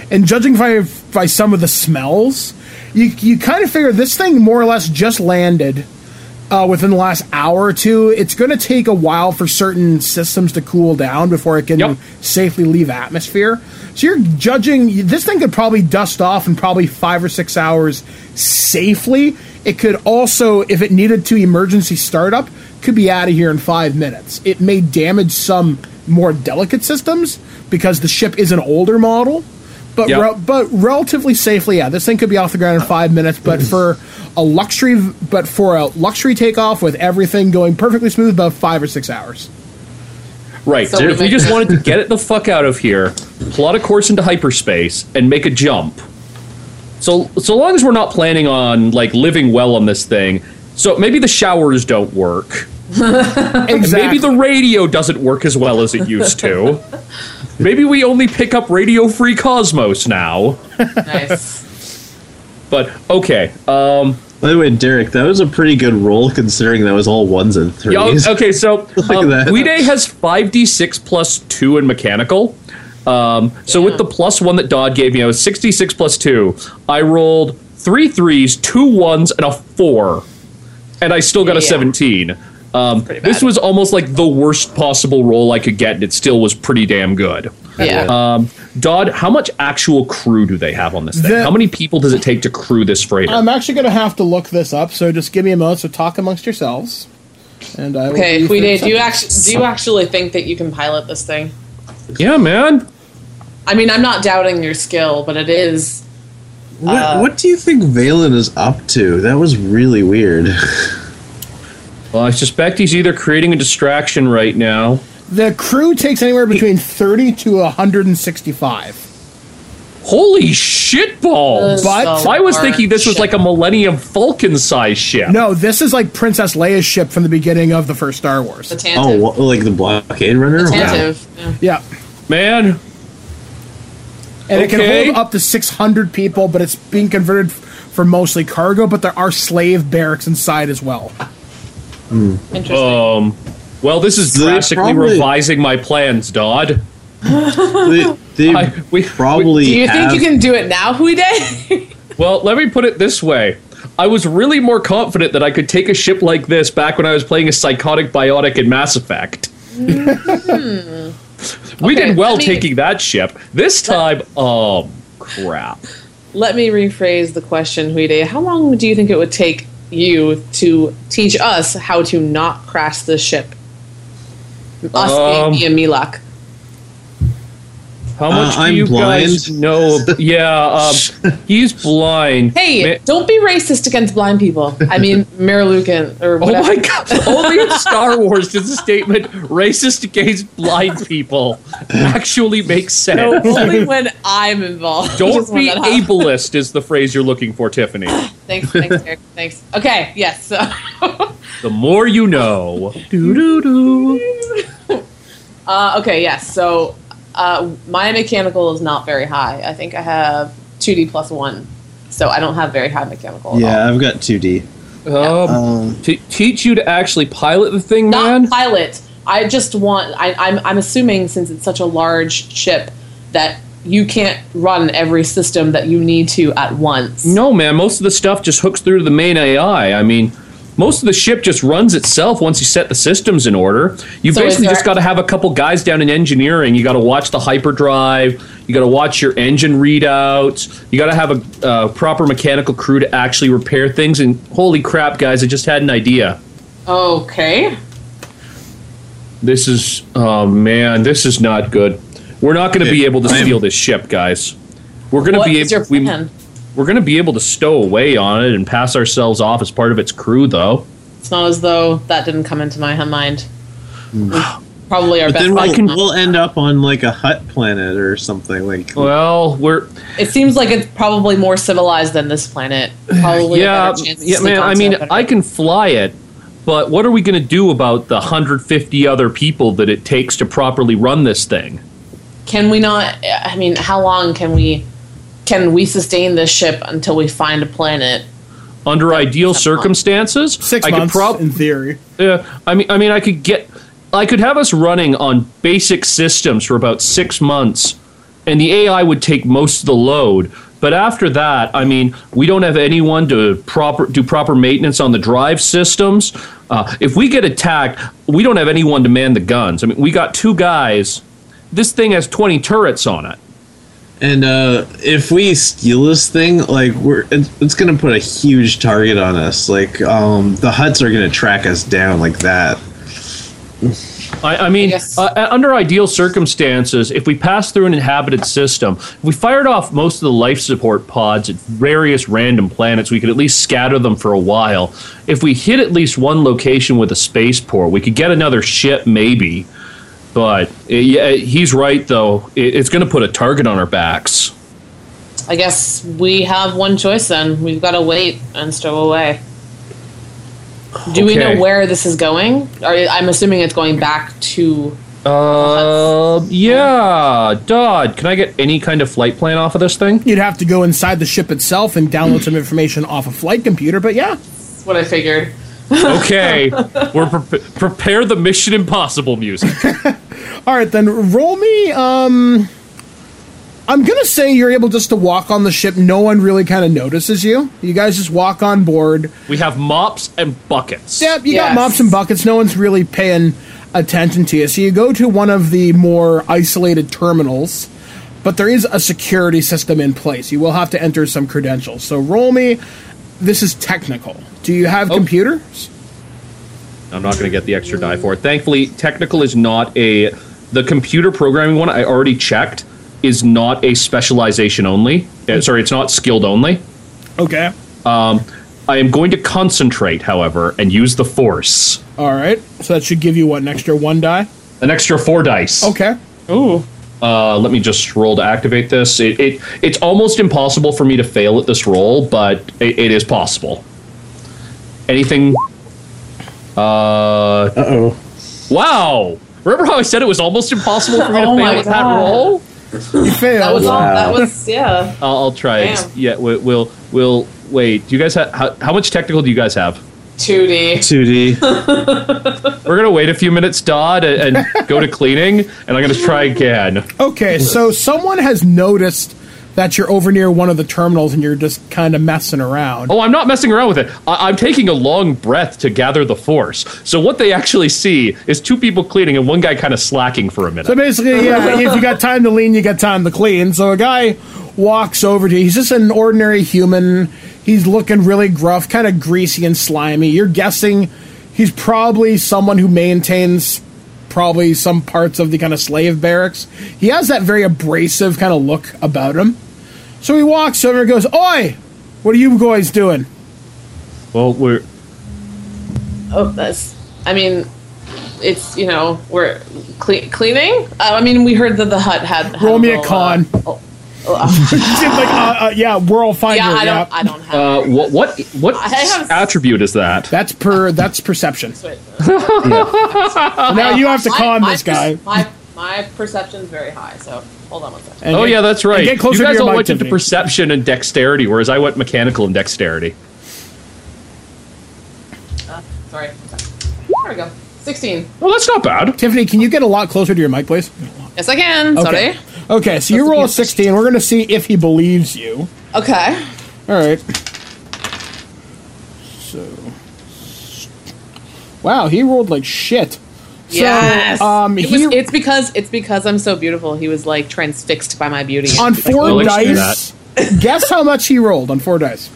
[SPEAKER 2] and judging by by some of the smells, you you kind of figure this thing more or less just landed. Uh, within the last hour or two, it's going to take a while for certain systems to cool down before it can
[SPEAKER 3] Yep.
[SPEAKER 2] safely leave atmosphere. So you're judging this thing could probably dust off in probably five or six hours safely. It could also, if it needed to, emergency startup could be out of here in five minutes. It may damage some more delicate systems because the ship is an older model, but
[SPEAKER 3] Yep.
[SPEAKER 2] rel- but relatively safely. Yeah, this thing could be off the ground in five minutes. But
[SPEAKER 3] Mm-hmm.
[SPEAKER 2] for a luxury, but for a luxury takeoff with everything going perfectly smooth, about five or six hours.
[SPEAKER 3] Right.
[SPEAKER 4] So we
[SPEAKER 3] if we
[SPEAKER 4] make-
[SPEAKER 3] just wanted to get it the fuck out of here, plot a course into hyperspace, and make a jump. So so long as we're not planning on like living well on this thing. So maybe the showers don't work.
[SPEAKER 2] Exactly.
[SPEAKER 3] Maybe the radio doesn't work as well as it used to. Maybe we only pick up radio free Cosmos now.
[SPEAKER 4] nice.
[SPEAKER 3] But okay. Uh,
[SPEAKER 5] By the way, Derek, that was a pretty good roll considering that was all ones and
[SPEAKER 3] yeah, o-
[SPEAKER 5] threes.
[SPEAKER 3] okay, so um,
[SPEAKER 5] that.
[SPEAKER 3] Guide has 5d6 plus 2 in mechanical. Um, so with the plus 1 that Dodd gave me, I was 66 plus 2. I rolled three threes, two ones, and a 4. And I still got a
[SPEAKER 4] Yeah.
[SPEAKER 3] 17. Um,
[SPEAKER 4] pretty
[SPEAKER 3] this
[SPEAKER 4] bad.
[SPEAKER 3] was almost like the worst possible roll I could get, and it still was pretty damn good.
[SPEAKER 4] Yeah.
[SPEAKER 3] Dodd, how much actual crew do they have on this thing?
[SPEAKER 2] The- Um,
[SPEAKER 3] how many people does it take to crew this freighter?
[SPEAKER 2] I'm actually going to have to look this up, so just give me a moment. So talk amongst yourselves, and I. will give
[SPEAKER 4] okay,
[SPEAKER 2] you
[SPEAKER 4] we
[SPEAKER 2] 30
[SPEAKER 4] did. Do you
[SPEAKER 2] seconds.
[SPEAKER 4] actually do you actually think that you can pilot this thing?
[SPEAKER 3] yeah, man.
[SPEAKER 4] I mean, I'm not doubting your skill, but it is.
[SPEAKER 5] what,
[SPEAKER 3] Uh,
[SPEAKER 5] what do you think Valen is up to? That was really weird.
[SPEAKER 3] Well, I suspect he's either creating a distraction right now.
[SPEAKER 2] The crew takes anywhere between 30 to 165.
[SPEAKER 3] Holy shit balls!
[SPEAKER 2] But-
[SPEAKER 4] so
[SPEAKER 3] I was
[SPEAKER 4] hard
[SPEAKER 3] thinking this was
[SPEAKER 4] shit.
[SPEAKER 3] like a Millennium Falcon size ship.
[SPEAKER 2] No, this is like Princess Leia's ship from the beginning of the first Star Wars.
[SPEAKER 4] The tantive.
[SPEAKER 5] Oh, what, like the blockade runner?
[SPEAKER 4] The
[SPEAKER 5] Wow.
[SPEAKER 4] tantive. Yeah.
[SPEAKER 2] Yeah.
[SPEAKER 3] man.
[SPEAKER 2] And it
[SPEAKER 3] Okay.
[SPEAKER 2] can hold up to 600 people, but it's being converted f- for mostly cargo, but there are slave barracks inside as well.
[SPEAKER 4] Interesting.
[SPEAKER 3] Um, well, this is
[SPEAKER 5] They
[SPEAKER 3] drastically
[SPEAKER 5] probably-
[SPEAKER 3] revising my plans, Dodd.
[SPEAKER 5] They, they
[SPEAKER 3] I- we-
[SPEAKER 5] probably
[SPEAKER 4] do you think
[SPEAKER 5] have-
[SPEAKER 4] you can do it now, Huide?
[SPEAKER 3] Well, let me put it this way. I was really more confident that I could take a ship like this back when I was playing a psychotic biotic in Mass Effect. we
[SPEAKER 4] Hmm. Okay,
[SPEAKER 3] did well
[SPEAKER 4] let me-
[SPEAKER 3] taking that ship. This time, um, crap.
[SPEAKER 4] Let me rephrase the question, Huide. How long do you think it would take you to teach us how to not crash this ship? Us
[SPEAKER 3] Um,
[SPEAKER 4] being me and Milak.
[SPEAKER 3] How much do
[SPEAKER 5] Uh, I'm
[SPEAKER 3] you guys
[SPEAKER 5] blind.
[SPEAKER 3] know? Yeah, um, he's blind.
[SPEAKER 4] Hey,
[SPEAKER 3] Ma-
[SPEAKER 4] don't be racist against blind people. I mean, Marilucan or
[SPEAKER 3] Oh
[SPEAKER 4] whatever.
[SPEAKER 3] my god! Only in Star Wars does the statement "racist against blind people" actually make sense.
[SPEAKER 4] Only when I'm involved. Just
[SPEAKER 3] Don't
[SPEAKER 4] when
[SPEAKER 3] be
[SPEAKER 4] that happens.
[SPEAKER 3] ableist is the phrase you're looking for, Tiffany.
[SPEAKER 4] Thanks, thanks, Eric. Thanks. Okay, yes. So,
[SPEAKER 3] The more you know.
[SPEAKER 4] uh, okay, yes. So, uh, my mechanical is not very high. I think I have 2D plus 1. So, I don't have very high mechanical. At all.
[SPEAKER 5] Yeah, I've got 2D.
[SPEAKER 3] Um, t- teach you to actually pilot the thing,
[SPEAKER 4] Not
[SPEAKER 3] man.
[SPEAKER 4] pilot. I just want, I, I'm, I'm assuming since it's such a large ship that you can't run every system that you need to at once.
[SPEAKER 3] No, man. Most of the stuff just hooks through to the main AI. I mean, most of the ship just runs itself once you set the systems in order. You
[SPEAKER 4] So is
[SPEAKER 3] basically
[SPEAKER 4] there-
[SPEAKER 3] just got to have a couple guys down in engineering. You got to watch the hyperdrive. You got to watch your engine readouts. You got to have a uh, proper mechanical crew to actually repair things. And holy crap, guys! I just had an idea.
[SPEAKER 4] Okay.
[SPEAKER 3] This is oh man, this is not good. We're not going to be
[SPEAKER 5] Yeah,
[SPEAKER 3] able to
[SPEAKER 5] I am-
[SPEAKER 3] steal this ship, guys. We're going to
[SPEAKER 4] What
[SPEAKER 3] be
[SPEAKER 4] is your
[SPEAKER 3] able. We,
[SPEAKER 4] plan?
[SPEAKER 3] we're going to be able to stow away on it and pass ourselves off as part of its crew, though.
[SPEAKER 4] It's not as though that didn't come into my mind. Probably our
[SPEAKER 5] But
[SPEAKER 4] best.
[SPEAKER 5] then we'll,
[SPEAKER 3] I can-
[SPEAKER 5] we'll end up on like a hut planet or something like.
[SPEAKER 3] Well, we're
[SPEAKER 4] it seems like it's probably more civilized than this planet. Probably a
[SPEAKER 3] yeah,
[SPEAKER 4] better chance to
[SPEAKER 3] yeah,
[SPEAKER 4] sneak
[SPEAKER 3] man. I
[SPEAKER 4] onto
[SPEAKER 3] mean,
[SPEAKER 4] a better-
[SPEAKER 3] I can fly it, but what are we going to do about the 150 other people that it takes to properly run this thing?
[SPEAKER 4] can we not? I mean, how long can we? Can we sustain this ship until we find a planet?
[SPEAKER 3] Under ideal
[SPEAKER 4] seven months.
[SPEAKER 3] circumstances,
[SPEAKER 2] Six
[SPEAKER 3] I could
[SPEAKER 2] months
[SPEAKER 3] prob-
[SPEAKER 2] in theory.
[SPEAKER 3] Yeah, I mean, I mean, I could get, I could have us running on basic systems for about six months, and the AI would take most of the load. But after that, I mean, we don't have anyone to proper do proper maintenance on the drive systems. Uh, if we get attacked, we don't have anyone to man the guns. I mean, we got two guys. This thing has twenty turrets on it.
[SPEAKER 5] And uh, if we steal this thing, like we're it's, it's gonna put a huge target on us. Like um, the huts are gonna track us down like that.
[SPEAKER 3] I, I mean,
[SPEAKER 4] Yes.
[SPEAKER 3] uh, under ideal circumstances, if we pass through an inhabited system, if we fired off most of the life support pods at various random planets, we could at least scatter them for a while. If we hit at least one location with a spaceport, we could get another ship, maybe. But uh, yeah, he's right, though. It, it's going to put a target on our backs.
[SPEAKER 4] I guess we have one choice then. We've got to wait and stow away. Do we
[SPEAKER 3] Okay.
[SPEAKER 4] know where this is going? Or I'm assuming it's going back to.
[SPEAKER 3] Uh, yeah, Dodd, can I get any kind of flight plan off of this thing?
[SPEAKER 2] You'd have to go inside the ship itself and download some information off a flight computer, but yeah.
[SPEAKER 4] That's what I figured.
[SPEAKER 3] Okay, we're pre- prepare the Mission Impossible music.
[SPEAKER 2] All right, then roll me. Um, I'm gonna say you're able just to walk on the ship. No one really kind of notices you. You guys just walk on board.
[SPEAKER 3] We have mops and buckets.
[SPEAKER 2] Yep, you got
[SPEAKER 4] Yes.
[SPEAKER 2] mops and buckets. No one's really paying attention to you. So you go to one of the more isolated terminals, but there is a security system in place. You will have to enter some credentials. So roll me. This is technical. Do you
[SPEAKER 4] Oh.
[SPEAKER 2] have computers?
[SPEAKER 3] I'm not going to get the extra die for it. Thankfully, technical is not a. The computer programming one I already checked is not a specialization only. Uh, sorry, it's not skilled only.
[SPEAKER 2] Okay.
[SPEAKER 3] I am going to concentrate, however, and use the force.
[SPEAKER 2] All right. So that should give you what an extra one die.
[SPEAKER 3] An extra four dice.
[SPEAKER 2] Okay.
[SPEAKER 4] Ooh.
[SPEAKER 3] Uh, let me just roll to activate this. It, it it's almost impossible for me to fail at this roll, but it, it is possible. Anything? Uh
[SPEAKER 5] Uh-oh.
[SPEAKER 3] Wow. Remember how I said it was almost impossible for me to
[SPEAKER 4] Oh my
[SPEAKER 3] fail at that
[SPEAKER 4] God.
[SPEAKER 3] roll?
[SPEAKER 2] You failed.
[SPEAKER 4] That was all.
[SPEAKER 5] Wow.
[SPEAKER 4] That was. Yeah.
[SPEAKER 3] I'll, I'll try.
[SPEAKER 4] Damn.
[SPEAKER 3] Yeah, we, we'll we'll wait. Do you guys have how, how much technical do you guys have?
[SPEAKER 4] 2D.
[SPEAKER 5] Two D.
[SPEAKER 3] We're gonna wait a few minutes, Dodd, and, and go to cleaning, and I'm gonna try again.
[SPEAKER 2] Okay, so someone has noticed that you're over near one of the terminals and you're just kind of messing around.
[SPEAKER 3] Oh, I'm not messing around with it. I, I'm taking a long breath to gather the force. So what they actually see is two people cleaning and one guy kind of slacking for a
[SPEAKER 2] So
[SPEAKER 3] minute.
[SPEAKER 2] basically, yeah, if you got time to lean, you got time to clean. So a guy walks over to you. He's just an ordinary human. He's looking really gruff, kind of greasy and slimy. You're guessing he's probably someone who maintains probably some parts of the kind of slave barracks. He has that very abrasive kind of look about him. So he walks over and goes, Oi, what are you guys doing?
[SPEAKER 3] Well, we're
[SPEAKER 4] Oh, that's. I mean, it's you know we're cle- cleaning. Uh, I mean, we heard that the hut had. had
[SPEAKER 2] Roll me a
[SPEAKER 4] little, uh,
[SPEAKER 2] con.
[SPEAKER 4] oh, oh,
[SPEAKER 2] Seems like, uh, uh, yeah, we're all fine
[SPEAKER 4] yeah,
[SPEAKER 2] here.
[SPEAKER 4] I
[SPEAKER 2] yeah.
[SPEAKER 4] don't. I don't have.
[SPEAKER 3] uh, what what what
[SPEAKER 4] I have-
[SPEAKER 3] attribute is that?
[SPEAKER 2] That's per. That's perception.
[SPEAKER 4] Wait. Uh,
[SPEAKER 2] Now you have to
[SPEAKER 4] My-
[SPEAKER 2] con
[SPEAKER 4] my
[SPEAKER 2] this
[SPEAKER 4] perce-
[SPEAKER 2] guy.
[SPEAKER 4] My my perception's very high, so hold on one second.
[SPEAKER 2] And
[SPEAKER 3] Oh
[SPEAKER 2] get-
[SPEAKER 3] yeah, that's right.
[SPEAKER 2] and get closer
[SPEAKER 3] you
[SPEAKER 2] to
[SPEAKER 3] guys
[SPEAKER 2] your
[SPEAKER 3] all
[SPEAKER 2] mic,
[SPEAKER 3] went into
[SPEAKER 2] Tiffany.
[SPEAKER 3] perception and dexterity, whereas I went mechanical and dexterity.
[SPEAKER 4] Uh, sorry. one second. There we go. Sixteen.
[SPEAKER 3] Well, that's not bad.
[SPEAKER 2] Tiffany, can you get a lot closer to your mic, please?
[SPEAKER 4] Yes, I can.
[SPEAKER 2] Okay.
[SPEAKER 4] Sorry.
[SPEAKER 2] Okay, so you
[SPEAKER 4] That's
[SPEAKER 2] roll a
[SPEAKER 4] the best.
[SPEAKER 2] 16. We're going to see if he believes you.
[SPEAKER 4] Okay.
[SPEAKER 2] All right. So. Wow, he rolled like shit.
[SPEAKER 4] Yes.
[SPEAKER 2] um,
[SPEAKER 4] It was-
[SPEAKER 2] he-
[SPEAKER 4] it's because it's because I'm so beautiful. He was like transfixed by my beauty.
[SPEAKER 2] On four
[SPEAKER 3] I'll explain
[SPEAKER 2] dice. Guess how much he rolled on four dice.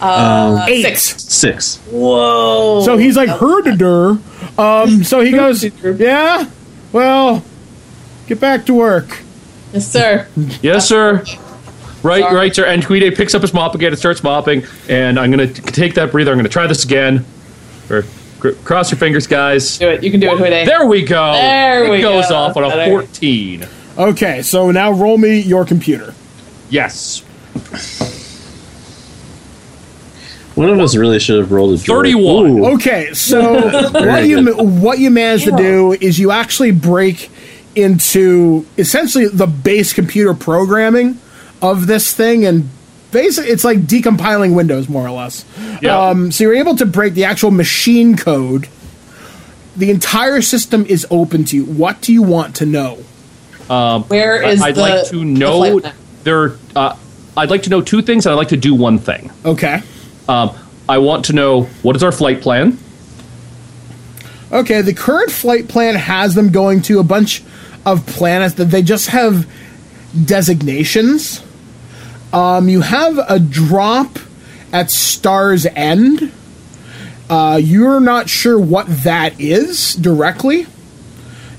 [SPEAKER 4] Uh, Six.
[SPEAKER 5] Six.
[SPEAKER 4] Whoa.
[SPEAKER 2] So he's like herdader. Um, so he goes, yeah. Well, get back to work.
[SPEAKER 4] Yes, sir.
[SPEAKER 3] Yes, sir. Right,
[SPEAKER 4] Sorry.
[SPEAKER 3] right, sir. And Tweede picks up his mop again and starts mopping. And I'm gonna t- take that breather. I'm gonna try this again. Or cr- cross your fingers, guys.
[SPEAKER 4] Do it. You can do it, Hude.
[SPEAKER 3] There we go.
[SPEAKER 4] There
[SPEAKER 3] it
[SPEAKER 4] we
[SPEAKER 3] goes
[SPEAKER 4] go.
[SPEAKER 3] off on a
[SPEAKER 4] Better.
[SPEAKER 3] 14.
[SPEAKER 2] Okay, so now roll me your computer.
[SPEAKER 3] Yes,
[SPEAKER 5] One of us really should have rolled a joy.
[SPEAKER 3] 31.
[SPEAKER 5] Ooh.
[SPEAKER 2] Okay, so what
[SPEAKER 5] Very
[SPEAKER 2] you
[SPEAKER 5] good.
[SPEAKER 2] what you manage to
[SPEAKER 4] Yeah.
[SPEAKER 2] do is you actually break into essentially the base computer programming of this thing and basically it's like decompiling windows more or less.
[SPEAKER 3] Yeah.
[SPEAKER 2] Um, so you're able to break the actual machine code. The entire system is open to you. What do you want to know?
[SPEAKER 4] Where
[SPEAKER 3] I-
[SPEAKER 4] is
[SPEAKER 3] I'd
[SPEAKER 4] the-
[SPEAKER 3] like to
[SPEAKER 4] the
[SPEAKER 3] know
[SPEAKER 4] flight plan?
[SPEAKER 3] there. Uh, I'd like to know two things, and I'd like to do one thing.
[SPEAKER 2] Okay.
[SPEAKER 3] Um, I want to know what is our flight plan.
[SPEAKER 2] Okay, the current flight plan has them going to a bunch of planets that they just have designations. Um, you have a drop at Star's End. Uh, you're not sure what that is directly.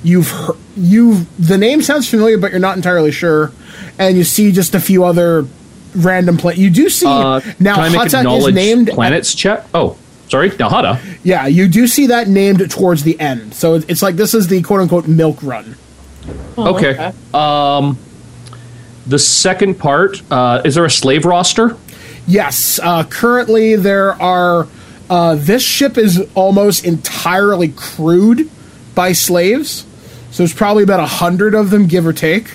[SPEAKER 2] You've heard, you've the name sounds familiar, but you're not entirely sure. And you see just a few other random planets. You do see
[SPEAKER 3] Uh,
[SPEAKER 2] now
[SPEAKER 3] can I make a
[SPEAKER 2] Hata is
[SPEAKER 3] knowledge
[SPEAKER 2] named
[SPEAKER 3] planets check? Oh, sorry, Nahada.
[SPEAKER 2] yeah, you do see that named towards the end. So it's like this is the quote unquote milk run.
[SPEAKER 4] Oh,
[SPEAKER 3] okay. Um, the second part uh, is there a slave roster?
[SPEAKER 2] Yes, uh, currently there are. Uh, this ship is almost entirely crewed by slaves. So there's probably about a hundred of them, give or take.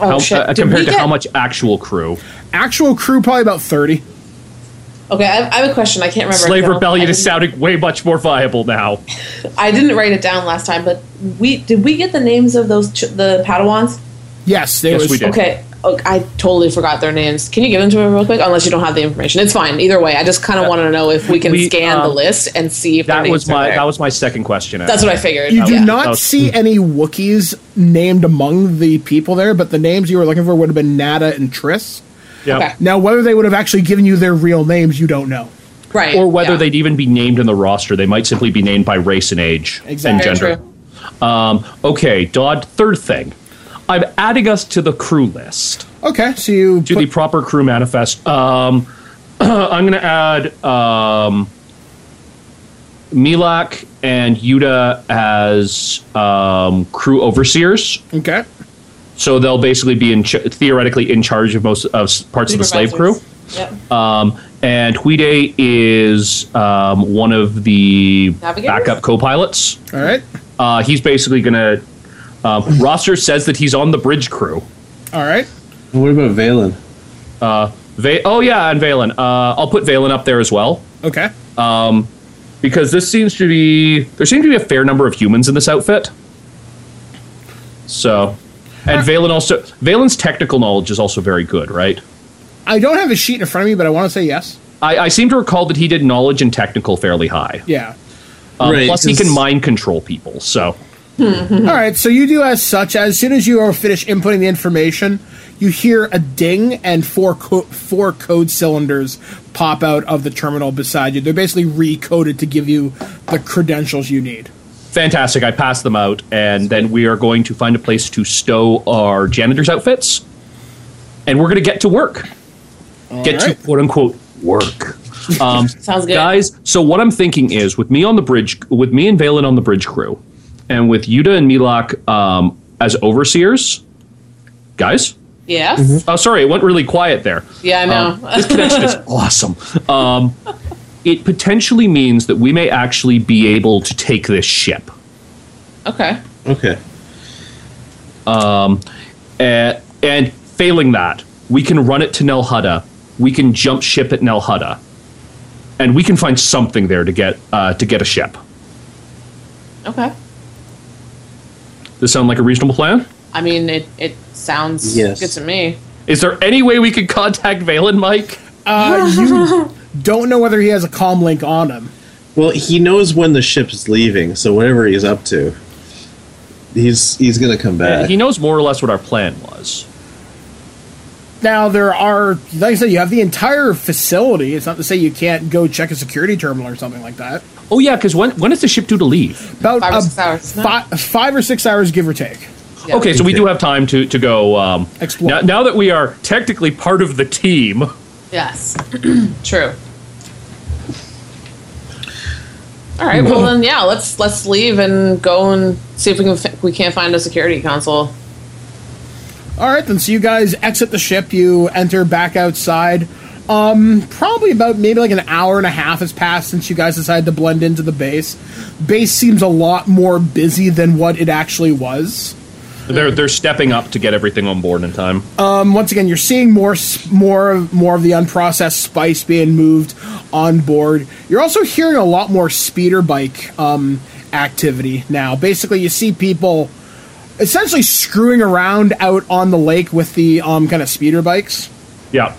[SPEAKER 4] Oh,
[SPEAKER 3] How-
[SPEAKER 4] shit.
[SPEAKER 3] uh,
[SPEAKER 4] Did
[SPEAKER 3] compared
[SPEAKER 4] we
[SPEAKER 3] to
[SPEAKER 4] get-
[SPEAKER 3] how much actual crew?
[SPEAKER 2] Actual crew, probably about 30.
[SPEAKER 4] Okay, I, I have a question. I can't remember.
[SPEAKER 3] Slave
[SPEAKER 4] if I-
[SPEAKER 3] rebellion
[SPEAKER 4] I
[SPEAKER 3] is
[SPEAKER 4] didn't-
[SPEAKER 3] sounding way much more viable now.
[SPEAKER 4] I didn't write it down last time, but we did we get the names of those ch- the Padawans?
[SPEAKER 2] Yes, they
[SPEAKER 3] Yes,
[SPEAKER 2] was,
[SPEAKER 3] we did.
[SPEAKER 4] Okay. Oh, I totally forgot their names. Can you give them to me real quick? Unless you don't have the information, it's fine. Either way, I just kind of want to know if we can
[SPEAKER 3] we,
[SPEAKER 4] scan the
[SPEAKER 3] um,
[SPEAKER 4] list and see if their
[SPEAKER 3] That
[SPEAKER 4] names
[SPEAKER 3] was
[SPEAKER 4] are
[SPEAKER 3] my
[SPEAKER 4] there.
[SPEAKER 3] that was my second question.
[SPEAKER 4] That's what I figured. Oh,
[SPEAKER 2] You do
[SPEAKER 4] Yeah.
[SPEAKER 2] not
[SPEAKER 3] was-
[SPEAKER 2] see any Wookiees named among the people there, but the names you were looking for would have been Nada and Triss.
[SPEAKER 3] Yeah.
[SPEAKER 4] Okay.
[SPEAKER 2] Now, whether they would have actually given you their real names, you don't know.
[SPEAKER 4] right,
[SPEAKER 3] Or whether
[SPEAKER 4] yeah.
[SPEAKER 3] they'd even be named in the roster, they might simply be named by race and age
[SPEAKER 2] Exactly.
[SPEAKER 4] Very
[SPEAKER 3] and gender.
[SPEAKER 4] true.
[SPEAKER 3] Okay, Dodd. Third thing, I'm adding us to the crew list.
[SPEAKER 2] Okay, so you
[SPEAKER 3] to
[SPEAKER 2] put-
[SPEAKER 3] the proper crew manifest. Um, I'm going to add um, Milak and Yuta as um, crew overseers.
[SPEAKER 2] Okay.
[SPEAKER 3] So they'll basically be in ch- theoretically in charge of most of s- parts of the slave crew.
[SPEAKER 4] Yep.
[SPEAKER 3] Um, and Huide is um, one of the
[SPEAKER 4] Navigators?
[SPEAKER 3] backup co-pilots.
[SPEAKER 2] All right.
[SPEAKER 3] Uh, he's basically going to. Um, roster says that he's on the bridge crew.
[SPEAKER 2] All right.
[SPEAKER 5] What about Valen?
[SPEAKER 3] Va- oh yeah, and Valen. Uh, I'll put Valen up there as well.
[SPEAKER 2] Okay.
[SPEAKER 3] because this seems to be there seem to be a fair number of humans in this outfit. So, and Valen also Valen's technical knowledge is also very good, right?
[SPEAKER 2] I don't have a sheet in front of me, but I want to say yes.
[SPEAKER 3] I, I seem to recall that he did knowledge and technical fairly high.
[SPEAKER 2] Yeah.
[SPEAKER 3] Um,
[SPEAKER 5] Right,
[SPEAKER 3] plus, he
[SPEAKER 5] 'cause-
[SPEAKER 3] can mind control people. So,
[SPEAKER 2] All right. So you do as such. As soon as you are finished inputting the information, you hear a ding and four co- four code cylinders pop out of the terminal beside you. They're basically recoded to give you the credentials you need.
[SPEAKER 3] fantastic! I pass them out, and then we are going to find a place to stow our janitor's outfits, and we're going to get to work. get
[SPEAKER 2] right.
[SPEAKER 3] to quote unquote work.
[SPEAKER 4] Sounds good.
[SPEAKER 3] guys. So what I'm thinking is, with me on the bridge, with me and Valen on the bridge crew, and with Yuta and Milak um, as overseers, guys.
[SPEAKER 4] Yes.
[SPEAKER 3] Oh, sorry, it went really quiet there.
[SPEAKER 4] Yeah, I
[SPEAKER 3] Um,
[SPEAKER 4] know.
[SPEAKER 3] this connection is awesome. Um, it potentially means that we may actually be able to take this ship. Um,
[SPEAKER 4] okay.
[SPEAKER 5] Okay.
[SPEAKER 3] Uh, and failing that, we can run it to Nelhudda. We can jump ship at Nelhudda, and we can find something there to get uh, to get a ship.
[SPEAKER 4] Okay.
[SPEAKER 3] Does this sound like a reasonable plan?
[SPEAKER 4] I mean, it, it Sounds
[SPEAKER 5] Yes.
[SPEAKER 4] good to me.
[SPEAKER 3] Is there any way we could contact Valen, Mike?
[SPEAKER 2] Uh, you don't know whether he has a comm link on him.
[SPEAKER 5] Well, he knows when the ship's leaving, so whatever he's up to, he's he's gonna come back.
[SPEAKER 3] He knows more or less what our plan was.
[SPEAKER 2] Now there are, like I said, you have the entire facility. It's not to say you can't go check a security terminal or something like that.
[SPEAKER 3] Oh yeah, because when when is the ship due to leave?
[SPEAKER 2] About
[SPEAKER 4] Five or
[SPEAKER 2] uh,
[SPEAKER 4] six hours.
[SPEAKER 2] fi- five or six hours, give or take.
[SPEAKER 4] Yeah.
[SPEAKER 3] Okay, so we do have time to to go. Um,
[SPEAKER 2] Explore.
[SPEAKER 3] Now, now that we are technically part of the team,
[SPEAKER 4] Yes. True. All right. Well then, yeah. Let's let's leave and go and see if we can fi- we can't find a security console.
[SPEAKER 2] All right, then. So you guys exit the ship. You enter back outside. Um, probably about maybe like an hour and a half has passed since you guys decided to blend into the base. Base seems a lot more busy than what it actually was.
[SPEAKER 3] they're they're stepping up to get everything on board in time.
[SPEAKER 2] Um, once again, you're seeing more, s- more, more of the unprocessed spice being moved on board. You're also hearing a lot more speeder bike um, activity now. Basically, you see people essentially screwing around out on the lake with the um, kind of speeder bikes.
[SPEAKER 3] yeah,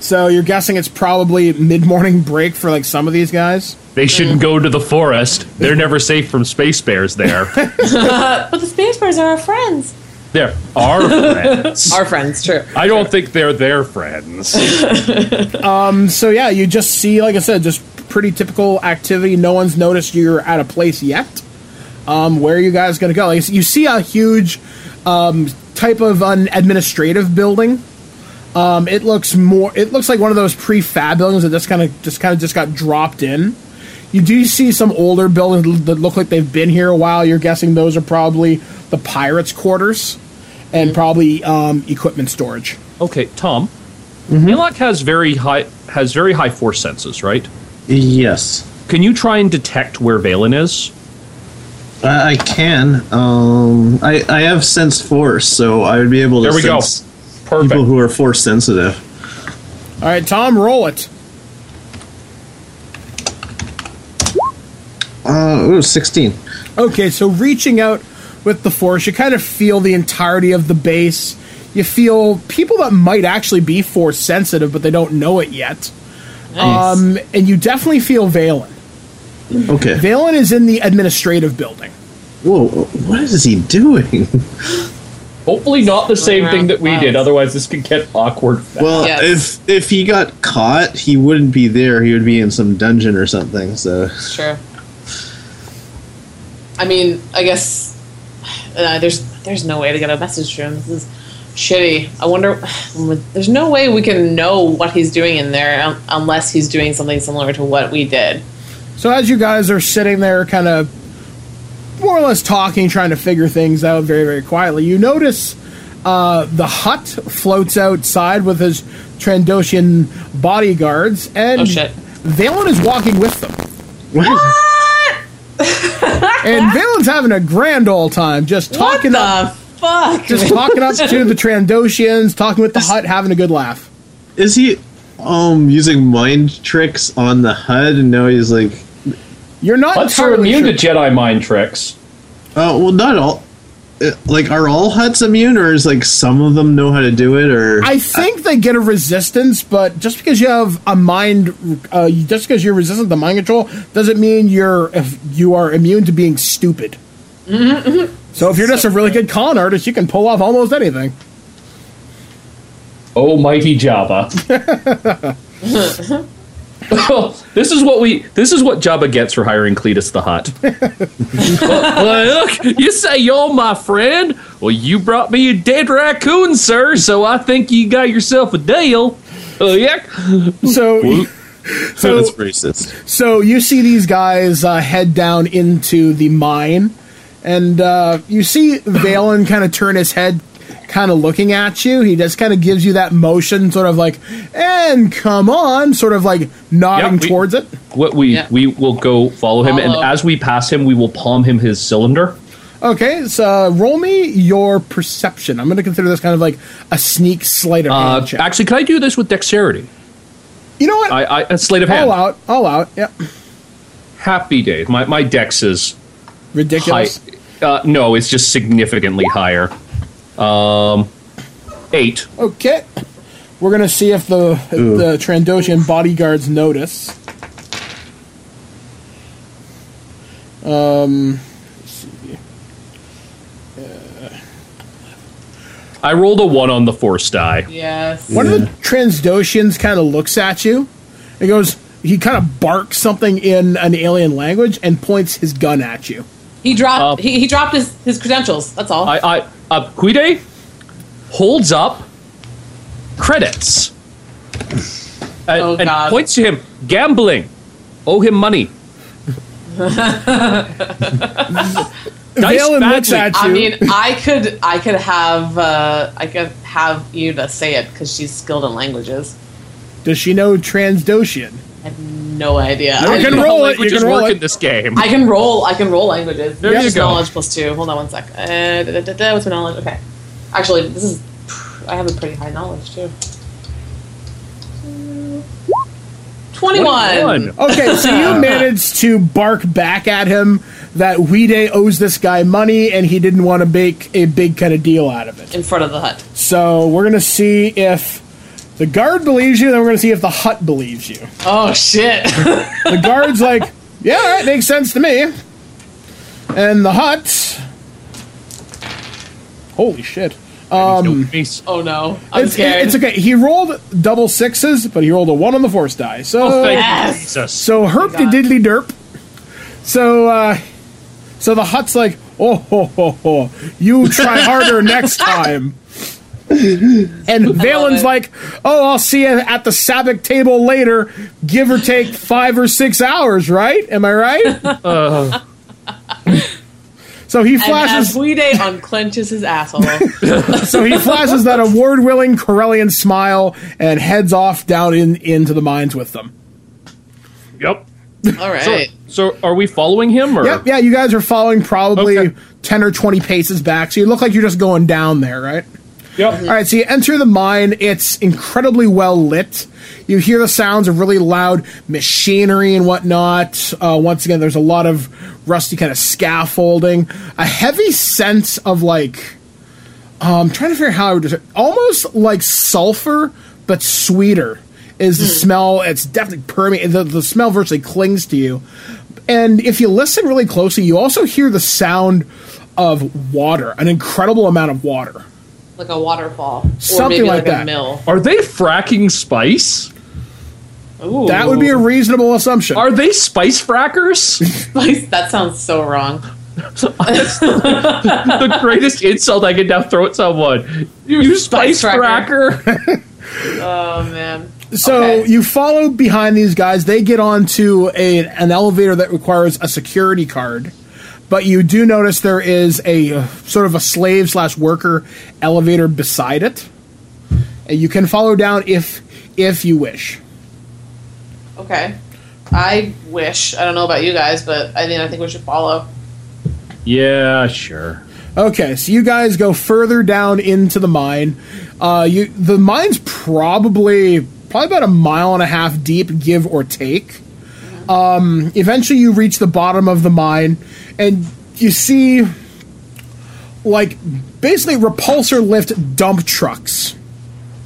[SPEAKER 2] So you're guessing it's probably mid morning break for like some of these guys.
[SPEAKER 3] they shouldn't go to the forest. They're never safe from space bears. There,
[SPEAKER 4] But the space bars are our friends.
[SPEAKER 3] they're our friends.
[SPEAKER 4] Our friends. True.
[SPEAKER 3] I don't think they're their friends.
[SPEAKER 2] So yeah, you just see, like I said, just pretty typical activity. No one's noticed you're out of place yet. Um, where are you guys going to go? Like, I said, you see a huge um, type of an administrative building. Um, it looks more. It looks like one of those prefab buildings that just kind of just kind of just got dropped in. You do see some older buildings that look like they've been here a while. You're guessing those are probably the pirates' quarters and probably um, equipment storage.
[SPEAKER 3] Okay, Tom.
[SPEAKER 5] Mm-hmm.
[SPEAKER 3] Malak has very high has very high force senses, right?
[SPEAKER 5] yes,
[SPEAKER 3] Can you try and detect where Valen is?
[SPEAKER 5] I, I can. Um, I I have sense force, so I would be able to.
[SPEAKER 3] There we go.
[SPEAKER 5] sense
[SPEAKER 3] Perfect.
[SPEAKER 5] People who are force sensitive.
[SPEAKER 2] All right, Tom, roll it.
[SPEAKER 5] Uh, ooh, sixteen.
[SPEAKER 2] Okay, so reaching out with the force, you kind of feel the entirety of the base. You feel people that might actually be force sensitive, but they don't know it yet. Um, and you definitely feel Valen.
[SPEAKER 5] Okay.
[SPEAKER 2] Valen is in the administrative building.
[SPEAKER 5] Whoa, what is he doling?
[SPEAKER 3] Hopefully not the same
[SPEAKER 4] around
[SPEAKER 3] thing that we
[SPEAKER 4] clouds.
[SPEAKER 3] did. Otherwise, this could get awkward.
[SPEAKER 5] Well,
[SPEAKER 4] Yes.
[SPEAKER 5] if if he got caught, he wouldn't be there. He would be in some dungeon or something. So
[SPEAKER 4] Sure. I mean, I guess uh, there's there's no way to get a message to him. This is shitty. I wonder. There's no way we can know what he's doing in there un- unless he's doing something similar to what we did.
[SPEAKER 2] So as you guys are sitting there, kind of more or less talking, trying to figure things out very, very quietly, you notice uh, the hut floats outside with his Trandoshan bodyguards, and
[SPEAKER 4] Oh, shit.
[SPEAKER 2] Valen is walking with them. And Valen's having a grand old time, just talking
[SPEAKER 4] what
[SPEAKER 2] up,
[SPEAKER 4] the fuck?
[SPEAKER 2] just talking up to the Trandoshians, talking with the hut, having a good laugh.
[SPEAKER 5] is he um using mind tricks on the HUD? And now he's like,
[SPEAKER 2] You're not
[SPEAKER 3] Huts are
[SPEAKER 2] entirely
[SPEAKER 3] immune
[SPEAKER 2] sure.
[SPEAKER 3] to Jedi mind tricks.
[SPEAKER 5] oh well, not all. uh, Like, are all HUDs immune, or is like some of them know how to do it? Or
[SPEAKER 2] I think they get a resistance, but just because you have a mind, uh, just because you're resistant to mind control, doesn't mean you're if you are immune to being stupid.
[SPEAKER 4] Mm-hmm,
[SPEAKER 2] So if you're just a really good con artist, you can pull off almost anything.
[SPEAKER 3] Oh, mighty Jabba! this is what we. This is what Jabba gets for hiring Cletus the Hut. Well, look, you say you're my friend. Well, you brought me a dead raccoon, sir. So I think you got yourself a deal. Oh yeah.
[SPEAKER 2] So, so
[SPEAKER 5] that's racist.
[SPEAKER 2] So you see these guys uh, head down into the mine, and uh, you see Valen kind of turn his head, kind of looking at you. He just kind of gives you that motion, sort of like, and come on, sort of like nodding
[SPEAKER 3] we-
[SPEAKER 2] towards it.
[SPEAKER 3] What we
[SPEAKER 4] Yeah.
[SPEAKER 3] we will go follow him, and
[SPEAKER 4] Follow.
[SPEAKER 3] as we pass him, we will palm him his cylinder.
[SPEAKER 2] Okay, so roll me your perception. I'm going to consider this kind of like a sneak sleight of
[SPEAKER 3] Uh,
[SPEAKER 2] hand check.
[SPEAKER 3] Actually, can I do this with dexterity?
[SPEAKER 2] you know what?
[SPEAKER 3] I, I a sleight of uh, hand.
[SPEAKER 2] all out, all out. Yep,
[SPEAKER 3] Happy days. My my dex is
[SPEAKER 2] ridiculous.
[SPEAKER 3] high. Uh, no, it's just significantly higher. Um, Eight.
[SPEAKER 2] Okay. We're gonna see if the if
[SPEAKER 5] Ooh.
[SPEAKER 2] the Trandoshan bodyguards notice. Um, let's see.
[SPEAKER 3] I rolled a one on the force die.
[SPEAKER 4] Yes.
[SPEAKER 2] One of the Transdoshians kind of looks at you and goes. He kind of barks something in an alien language and points his gun at you.
[SPEAKER 4] He dropped
[SPEAKER 3] Uh,
[SPEAKER 4] he, he dropped his, his credentials. That's all.
[SPEAKER 3] I, I, uh, Quide holds up credits and,
[SPEAKER 4] Oh,
[SPEAKER 3] and
[SPEAKER 4] God.
[SPEAKER 3] points to him, gambling, owe him money. Dice
[SPEAKER 2] Valen looks
[SPEAKER 3] badly.
[SPEAKER 2] at you.
[SPEAKER 4] I mean, I could I could have uh, I could have Yuta say it because she's skilled in languages.
[SPEAKER 2] Does she know Transdoshian?
[SPEAKER 4] I have no idea.
[SPEAKER 2] You
[SPEAKER 4] I,
[SPEAKER 2] can
[SPEAKER 3] You know
[SPEAKER 2] roll
[SPEAKER 3] how
[SPEAKER 2] it, you
[SPEAKER 3] languages
[SPEAKER 2] can roll
[SPEAKER 3] work
[SPEAKER 2] it.
[SPEAKER 3] in this game.
[SPEAKER 4] I can roll. I can roll languages.
[SPEAKER 3] There you
[SPEAKER 4] Just
[SPEAKER 3] go.
[SPEAKER 4] Knowledge plus two. Hold on one sec. Uh, da, da, da, da, what's my knowledge? Okay. Actually, this is. I have a pretty high knowledge too. Twenty-one.
[SPEAKER 2] Okay, so you managed to bark back at him that Weeday owes this guy money and he didn't want to make a big kind of deal out of it.
[SPEAKER 4] in front of the hut.
[SPEAKER 2] So we're going to see if the guard believes you, then we're going to see if the hut believes you.
[SPEAKER 4] Oh shit!
[SPEAKER 2] The guard's like, yeah, all right, makes sense to me. And the hut. Holy shit.
[SPEAKER 3] Um,
[SPEAKER 4] oh no! I'm
[SPEAKER 2] It's,
[SPEAKER 4] scared.
[SPEAKER 2] it's okay. He rolled double sixes, but he rolled a one on the force die. So.
[SPEAKER 3] oh, thank
[SPEAKER 4] Yes.
[SPEAKER 3] you, Jesus.
[SPEAKER 2] So herp de
[SPEAKER 4] Oh God.
[SPEAKER 2] diddly derp. So uh, so the hut's like, oh ho ho ho, you try harder next time. And Valen's
[SPEAKER 4] it.
[SPEAKER 2] like, oh, I'll see you at the Sabbath table later, give or take five or six hours, right? Am I right? so he
[SPEAKER 4] and as
[SPEAKER 2] flashes.
[SPEAKER 4] Weeday unclenches his asshole,
[SPEAKER 2] so he flashes that award-willing Corellian smile and heads off down in into the mines with them.
[SPEAKER 3] Yep.
[SPEAKER 4] all
[SPEAKER 3] So,
[SPEAKER 4] right.
[SPEAKER 3] so are we following him or?
[SPEAKER 2] Yep, yeah, you guys are following probably
[SPEAKER 3] Okay.
[SPEAKER 2] 10 or 20 paces back, so you look like you're just going down there, right?
[SPEAKER 3] Yep.
[SPEAKER 2] All right, so you enter the mine. It's incredibly well lit. You hear the sounds of really loud machinery and whatnot. Uh, once again, there's a lot of rusty kind of scaffolding, a heavy sense of like, um, I'm trying to figure out how I would describe almost like sulfur, but sweeter is the smell. It's definitely permeate. The, the smell virtually clings to you. And if you listen really closely, you also hear the sound of water, an incredible amount of water.
[SPEAKER 4] Like a waterfall, or
[SPEAKER 2] Something
[SPEAKER 4] maybe
[SPEAKER 2] like
[SPEAKER 4] like,
[SPEAKER 2] that.
[SPEAKER 4] a mill.
[SPEAKER 3] Are they fracking spice?
[SPEAKER 4] Ooh,
[SPEAKER 2] That would be a reasonable assumption.
[SPEAKER 3] Are they spice frackers?
[SPEAKER 4] that sounds so wrong.
[SPEAKER 3] the greatest insult I could now throw at someone. You,
[SPEAKER 4] spice
[SPEAKER 3] spice,
[SPEAKER 4] fracker.
[SPEAKER 3] fracker.
[SPEAKER 4] Oh man.
[SPEAKER 2] so
[SPEAKER 4] okay.
[SPEAKER 2] you follow behind these guys. They get onto a, an elevator that requires a security card, but you do notice there is a uh, sort of a slave slash worker elevator beside it, and you can follow down if if you wish.
[SPEAKER 4] Okay. I wish. I don't know about you guys, but I mean, I think we should follow.
[SPEAKER 3] yeah, sure.
[SPEAKER 2] Okay, so you guys go further down into the mine. Uh, you the mine's probably probably about a mile and a half deep, give or take. Um, eventually, you reach the bottom of the mine, and you see like basically repulsor lift dump trucks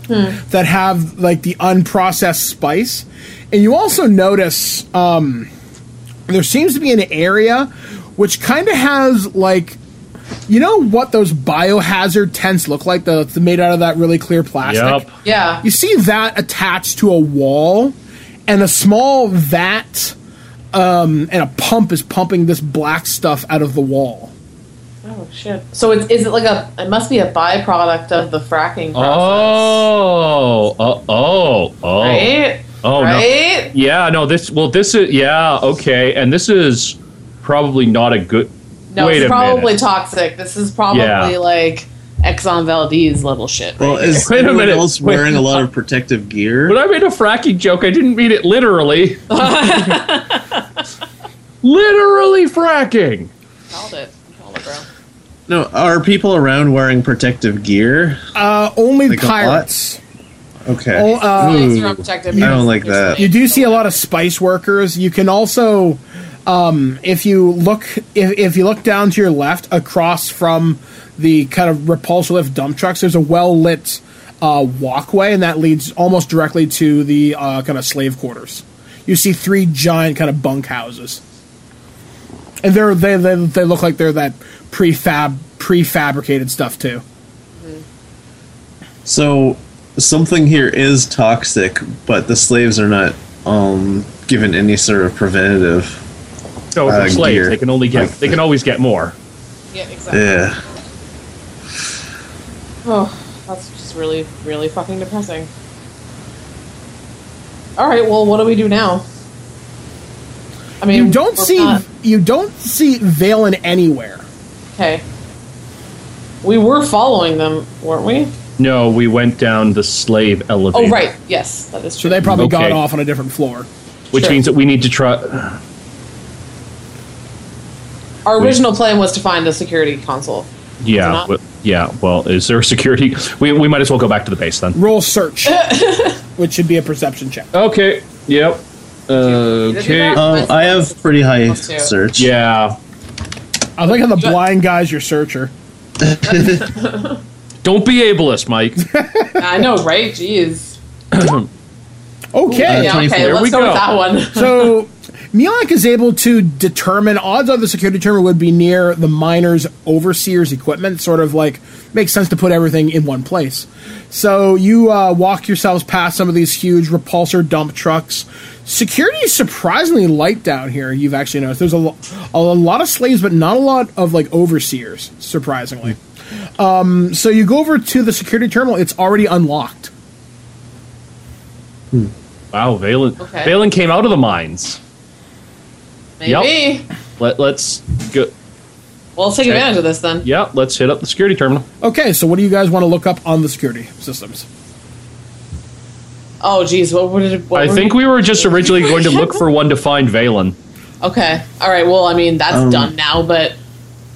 [SPEAKER 2] that have like the unprocessed spice, and you also notice um, there seems to be an area which kind of has like you know what those biohazard tents look like? The, the made out of that really clear plastic.
[SPEAKER 3] Yep.
[SPEAKER 4] Yeah.
[SPEAKER 2] You see that attached to a wall, and a small vat um, and a pump is pumping this black stuff out of the wall.
[SPEAKER 4] Oh shit. So it's, is it like a? It must be a byproduct of the fracking process.
[SPEAKER 3] Oh, oh, oh, oh.
[SPEAKER 4] Right.
[SPEAKER 3] Oh, no.
[SPEAKER 4] right.
[SPEAKER 3] Yeah, no, this, well, this is, yeah, okay. And this is probably not a good,
[SPEAKER 4] No,
[SPEAKER 3] wait
[SPEAKER 4] it's
[SPEAKER 3] a
[SPEAKER 4] probably
[SPEAKER 3] minute.
[SPEAKER 4] toxic. This is probably
[SPEAKER 3] Yeah.
[SPEAKER 4] like Exxon Valdez level shit.
[SPEAKER 5] Well, is
[SPEAKER 3] Wait a
[SPEAKER 5] anyone
[SPEAKER 3] minute,
[SPEAKER 5] else
[SPEAKER 3] wait.
[SPEAKER 5] wearing a lot of protective gear?
[SPEAKER 3] When I made a fracking joke, I didn't mean it literally. literally fracking.
[SPEAKER 4] Called it. Called it, bro.
[SPEAKER 5] No, are people around wearing protective gear?
[SPEAKER 2] Uh, only
[SPEAKER 5] Like a
[SPEAKER 2] pirates.
[SPEAKER 5] Okay.
[SPEAKER 2] Oh, uh,
[SPEAKER 5] Ooh.
[SPEAKER 4] It's from Protective
[SPEAKER 5] I don't
[SPEAKER 4] Medicine,
[SPEAKER 5] like that.
[SPEAKER 4] basically.
[SPEAKER 2] You do see a lot of spice workers. You can also, um, if you look, if, if you look down to your left, across from the kind of repulsor lift dump trucks, there's a well lit uh, walkway, and that leads almost directly to the uh, kind of slave quarters. You see three giant kind of bunkhouses, and they're they they, they look like they're that prefab prefabricated stuff too.
[SPEAKER 5] So something here is toxic, but the slaves are not um, given any sort of preventative.
[SPEAKER 3] So if
[SPEAKER 5] Uh,
[SPEAKER 3] they're slaves,
[SPEAKER 5] gear.
[SPEAKER 3] they can only get they can always get more.
[SPEAKER 4] Yeah, exactly.
[SPEAKER 5] Yeah.
[SPEAKER 4] Oh, that's just really, really fucking depressing. All right, well, what do we do now? I mean,
[SPEAKER 2] You don't
[SPEAKER 4] we're
[SPEAKER 2] see
[SPEAKER 4] not-
[SPEAKER 2] you don't see Valen anywhere.
[SPEAKER 4] okay. We were following them, weren't we?
[SPEAKER 3] No, we went down the slave elevator.
[SPEAKER 4] Oh, right. Yes, that is
[SPEAKER 2] So
[SPEAKER 4] true.
[SPEAKER 2] they probably got
[SPEAKER 3] Okay.
[SPEAKER 2] off on a different floor.
[SPEAKER 3] Which
[SPEAKER 4] Sure.
[SPEAKER 3] means that we need to try.
[SPEAKER 4] Our original plan was to find the security console.
[SPEAKER 3] Yeah,
[SPEAKER 4] not-
[SPEAKER 3] w- yeah. Well, is there security? We, we might as well go back to the base then.
[SPEAKER 2] Roll search, which should be a perception check.
[SPEAKER 3] Okay. Yep.
[SPEAKER 4] okay.
[SPEAKER 3] Okay.
[SPEAKER 5] Um, I have pretty high
[SPEAKER 4] Plus two.
[SPEAKER 5] search.
[SPEAKER 3] Yeah.
[SPEAKER 2] I like how the blind guy's your searcher.
[SPEAKER 3] Don't be ableist, Mike.
[SPEAKER 4] I know, right? Jeez.
[SPEAKER 2] Okay,
[SPEAKER 5] 24.
[SPEAKER 4] yeah, okay,
[SPEAKER 5] There
[SPEAKER 4] let's
[SPEAKER 3] Uh, we
[SPEAKER 4] go
[SPEAKER 3] go.
[SPEAKER 4] with that one.
[SPEAKER 2] so Mialik is able to determine odds of the security terminal would be near the miner's overseer's equipment. Sort of like makes sense to put everything in one place. So you uh, walk yourselves past some of these huge repulsor dump trucks. Security is surprisingly light down here. You've actually noticed there's a, lo- a lot of slaves, but not a lot of like overseers. Surprisingly, um, so you go over to the security terminal. It's already unlocked.
[SPEAKER 3] Wow, Valen.
[SPEAKER 4] Okay.
[SPEAKER 3] Valen came out of the mines. Yep.
[SPEAKER 4] Maybe.
[SPEAKER 3] Let Let's go.
[SPEAKER 4] Well, let's take
[SPEAKER 3] Okay.
[SPEAKER 4] advantage of this then.
[SPEAKER 3] Yeah. Let's hit up the security terminal.
[SPEAKER 2] Okay, so what do you guys want to look up on the security systems?
[SPEAKER 4] Oh, jeez, what would it? What
[SPEAKER 3] I
[SPEAKER 4] were
[SPEAKER 3] think we were just originally going to look for one to find Valen.
[SPEAKER 4] Okay. All right. Well, I mean, that's
[SPEAKER 5] Um,
[SPEAKER 4] done now, but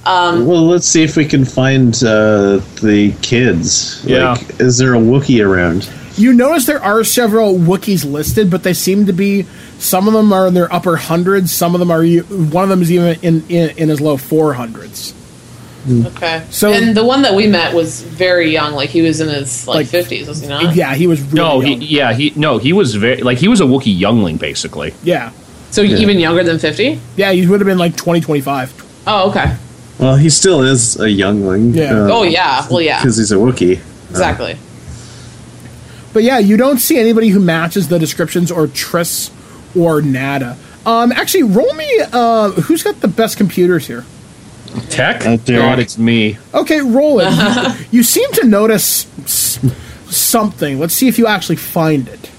[SPEAKER 5] Well, let's see if we can find uh, the kids.
[SPEAKER 3] Yeah.
[SPEAKER 5] Like, is there a Wookiee around?
[SPEAKER 2] You notice there are several Wookiees listed, but they seem to be some of them are in their upper hundreds, some of them are you- one of them is even in in, in as low four hundreds.
[SPEAKER 4] okay.
[SPEAKER 2] So-
[SPEAKER 4] and the one that we met was very young. Like he was in his like
[SPEAKER 2] Like-
[SPEAKER 4] fifties, was he not?
[SPEAKER 2] Yeah, he was really
[SPEAKER 3] No, he,
[SPEAKER 2] young.
[SPEAKER 3] yeah, he no, he was very like he was a Wookiee youngling basically.
[SPEAKER 2] yeah,
[SPEAKER 4] So even younger than fifty.
[SPEAKER 2] yeah, he would have been like 20, 25.
[SPEAKER 4] Oh, okay.
[SPEAKER 5] Well, he still is a youngling.
[SPEAKER 2] Yeah.
[SPEAKER 4] Oh, yeah. Well, yeah.
[SPEAKER 5] Because he's a Wookiee.
[SPEAKER 4] Exactly.
[SPEAKER 2] But yeah, you don't see anybody who matches the descriptions or Triss or Nada. Um, actually, roll me. Uh, who's got the best computers here?
[SPEAKER 3] Tech?
[SPEAKER 5] Uh, Derek.
[SPEAKER 3] God, it's me.
[SPEAKER 2] Okay, roll it. You- you seem to notice s- something. Let's see if you actually find it.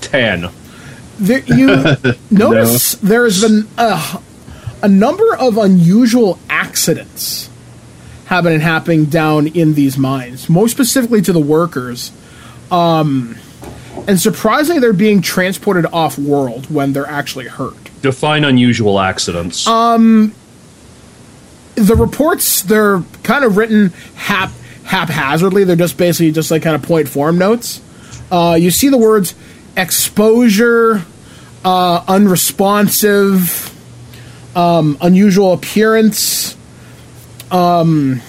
[SPEAKER 3] Ten.
[SPEAKER 2] There, you notice there's been uh, a number of unusual accidents have been happening down in these mines, most specifically to the workers. Um, and surprisingly, they're being transported off world when they're actually hurt.
[SPEAKER 3] Define unusual accidents.
[SPEAKER 4] Oh,
[SPEAKER 2] the reports they're kind of written hap haphazardly. They're just basically just like kind of point form notes. Uh, you see the words exposure, uh, unresponsive, um, unusual appearance, um,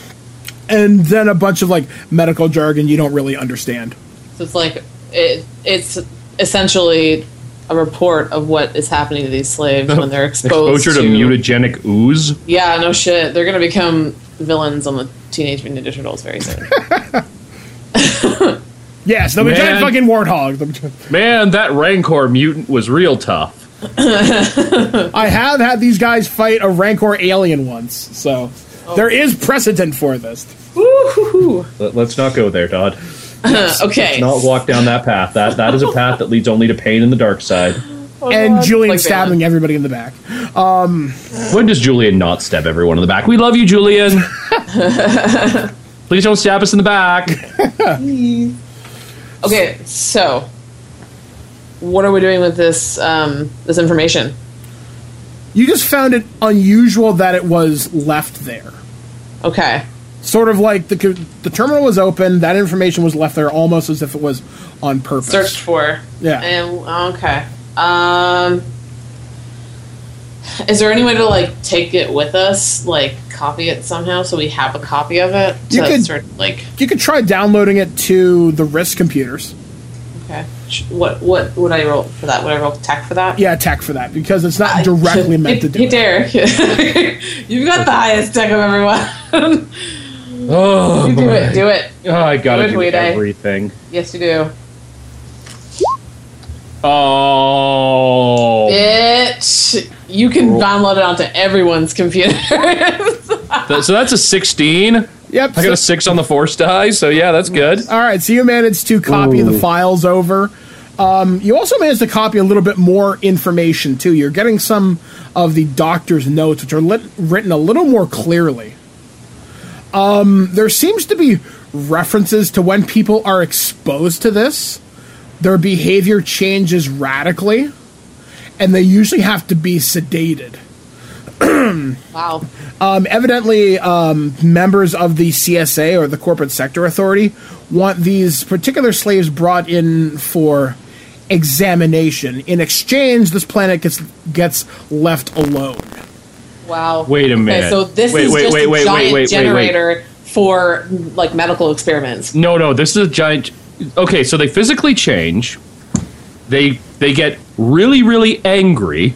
[SPEAKER 2] and then a bunch of like medical jargon you don't really understand.
[SPEAKER 4] So it's like it, it's essentially a report of what is happening to these slaves when they're exposed
[SPEAKER 3] Exposure to, mutagenic ooze.
[SPEAKER 4] Yeah, no shit. They're gonna become villains on the Teenage Mutant Ninja Turtles very soon.
[SPEAKER 2] Yes, the
[SPEAKER 3] Man.
[SPEAKER 2] giant fucking warthog. The-
[SPEAKER 3] Man, that Rancor mutant was real tough.
[SPEAKER 2] I have had these guys fight a Rancor alien once, so there is precedent for this.
[SPEAKER 4] Woo-hoo-hoo.
[SPEAKER 3] Let, us not go there, Todd.
[SPEAKER 4] Uh, okay.
[SPEAKER 3] Not walk down that path. That that is a path that leads only to pain and the dark side.
[SPEAKER 2] and Julian
[SPEAKER 4] Like
[SPEAKER 2] stabbing everybody in the back.
[SPEAKER 3] When does Julian not stab everyone in the back? We love you, Julian. Please don't stab us in the back.
[SPEAKER 4] Okay, so what are we doing with this um, this information?
[SPEAKER 2] You just found it unusual that it was left there.
[SPEAKER 4] Okay,
[SPEAKER 2] Sort of like the the terminal was open, that information was left there almost as if it was on purpose.
[SPEAKER 4] searched for.
[SPEAKER 2] Yeah.
[SPEAKER 4] And, okay. Um, is there any way to like take it with us, like copy it somehow so we have a copy of it
[SPEAKER 2] You
[SPEAKER 4] to
[SPEAKER 2] could-
[SPEAKER 4] sort of like
[SPEAKER 2] You could try downloading it to the wrist computers.
[SPEAKER 4] okay sh- what what would I roll for that would I roll tech for that
[SPEAKER 2] Yeah, tech for that because it's not directly meant to do.
[SPEAKER 4] hey
[SPEAKER 2] it.
[SPEAKER 4] Derek you've got the highest tech of everyone
[SPEAKER 3] Oh,
[SPEAKER 4] you do
[SPEAKER 3] boy.
[SPEAKER 4] it do it
[SPEAKER 3] Oh, I gotta
[SPEAKER 4] Good
[SPEAKER 3] do
[SPEAKER 4] way to-
[SPEAKER 3] everything.
[SPEAKER 4] yes you do
[SPEAKER 3] Oh,
[SPEAKER 4] Bitch, you can download it onto everyone's computer.
[SPEAKER 3] That- so that's a sixteen.
[SPEAKER 2] Yep.
[SPEAKER 3] I got a
[SPEAKER 2] so-
[SPEAKER 3] six on the force die, so yeah, that's good.
[SPEAKER 2] all right, so you managed to copy the files over. Um, you also managed to copy a little bit more information too. You're getting some of the doctor's notes, which are lit- written a little more clearly. Um, there seems to be references to when people are exposed to this, their behavior changes radically, and they usually have to be sedated.
[SPEAKER 4] wow.
[SPEAKER 2] Um, evidently, um, members of the CSA or the Corporate Sector Authority want these particular slaves brought in for examination. In exchange, this planet gets gets left alone.
[SPEAKER 4] Wow.
[SPEAKER 3] Wait a minute.
[SPEAKER 4] Okay, so this
[SPEAKER 3] Wait,
[SPEAKER 4] is
[SPEAKER 3] wait,
[SPEAKER 4] just
[SPEAKER 3] wait,
[SPEAKER 4] a
[SPEAKER 3] wait,
[SPEAKER 4] giant
[SPEAKER 3] wait, wait, wait, wait.
[SPEAKER 4] generator for like medical experiments.
[SPEAKER 3] No, no, this is a giant. Okay, so they physically change. They they get really really angry.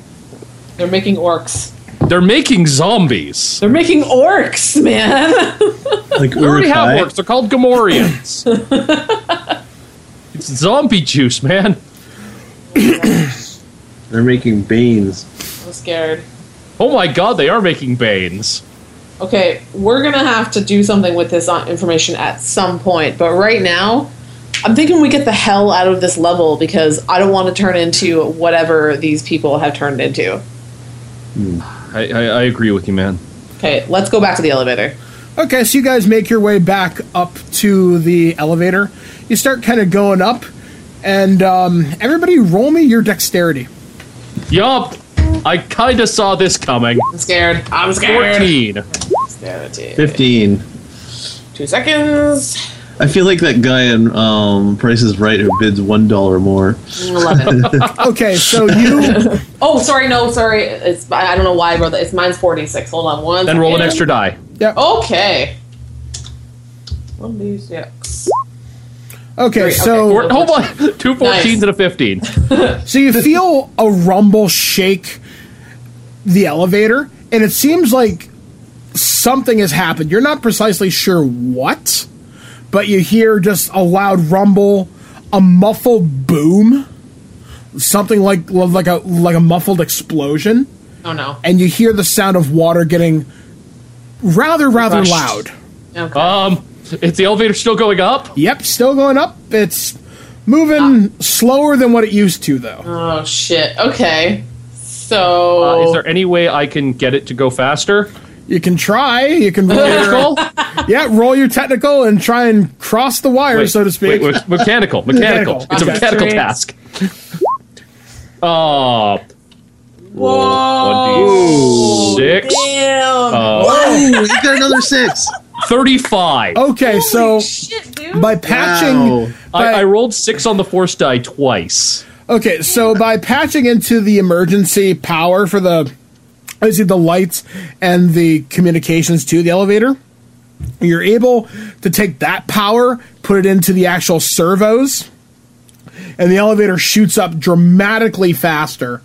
[SPEAKER 4] They're making orcs.
[SPEAKER 3] They're making zombies.
[SPEAKER 4] They're making orcs, man.
[SPEAKER 5] Uh, Like
[SPEAKER 3] They already have
[SPEAKER 5] Urukai?
[SPEAKER 3] orcs. They're called Gamorreans. it's zombie juice, man.
[SPEAKER 5] They're making beans.
[SPEAKER 4] I'm scared.
[SPEAKER 3] Oh my god, they are making Banes.
[SPEAKER 4] Okay, we're gonna have to do something with this on- information at some point, but right now, I'm thinking we get the hell out of this level because I don't want to turn into whatever these people have turned into.
[SPEAKER 3] I, I, I agree with you, man.
[SPEAKER 4] Okay, let's go back to the elevator.
[SPEAKER 2] Okay, so you guys make your way back up to the elevator. You start kind of going up, and um, everybody roll me your dexterity.
[SPEAKER 3] Yup, I kinda saw this coming.
[SPEAKER 4] I'm scared. I'm scared.
[SPEAKER 3] Fourteen.
[SPEAKER 4] Dexterity.
[SPEAKER 5] 15.
[SPEAKER 4] Two seconds.
[SPEAKER 5] I feel like that guy in um, Price is Right who bids $1 more.
[SPEAKER 4] Eleven.
[SPEAKER 2] Okay, so you.
[SPEAKER 4] oh, sorry. No, sorry. It's I I don't know why I wrote that. It's mine's forty six. Hold on. One.
[SPEAKER 3] Then roll an
[SPEAKER 4] second.
[SPEAKER 3] extra die.
[SPEAKER 4] Okay. One d six.
[SPEAKER 2] Okay,
[SPEAKER 4] Oh, Great,
[SPEAKER 2] so.
[SPEAKER 4] okay.
[SPEAKER 3] Four, hold on, two 14s
[SPEAKER 4] Nice.
[SPEAKER 3] and a fifteen.
[SPEAKER 2] So you feel a rumble shake the elevator, and it seems like something has happened. You're not precisely sure what, but you hear just a loud rumble, a muffled boom, something like like a like a muffled explosion,
[SPEAKER 4] Oh no.
[SPEAKER 2] and you hear the sound of water getting rather rather
[SPEAKER 4] Rushed.
[SPEAKER 2] loud.
[SPEAKER 4] Okay.
[SPEAKER 3] Um, is the elevator still going up?
[SPEAKER 2] Yep, still going up. It's moving slower than what it used to though.
[SPEAKER 4] oh shit. Okay.
[SPEAKER 3] Uh,
[SPEAKER 4] So
[SPEAKER 3] is there any way I can get it to go faster?
[SPEAKER 2] You can try. You can roll your-
[SPEAKER 3] Mechanical?
[SPEAKER 2] Yeah, roll your technical and try and cross the wire,
[SPEAKER 3] Wait,
[SPEAKER 2] so to speak.
[SPEAKER 3] wait, wait, mechanical, mechanical.
[SPEAKER 2] Mechanical.
[SPEAKER 3] It's a
[SPEAKER 2] Okay.
[SPEAKER 3] mechanical
[SPEAKER 4] Straight.
[SPEAKER 3] task. Oh,
[SPEAKER 2] Oh.
[SPEAKER 4] Whoa.
[SPEAKER 3] 1d6.
[SPEAKER 4] Damn.
[SPEAKER 5] Oh, you got another 6.
[SPEAKER 3] 35.
[SPEAKER 2] Okay, so
[SPEAKER 4] shit, dude.
[SPEAKER 2] by patching,
[SPEAKER 5] Wow.
[SPEAKER 3] I,
[SPEAKER 2] by-
[SPEAKER 3] I rolled six on the force die twice.
[SPEAKER 2] okay, so by patching into the emergency power for the, I see the lights and the communications to the elevator. You're able to take that power, put it into the actual servos, and the elevator shoots up dramatically faster.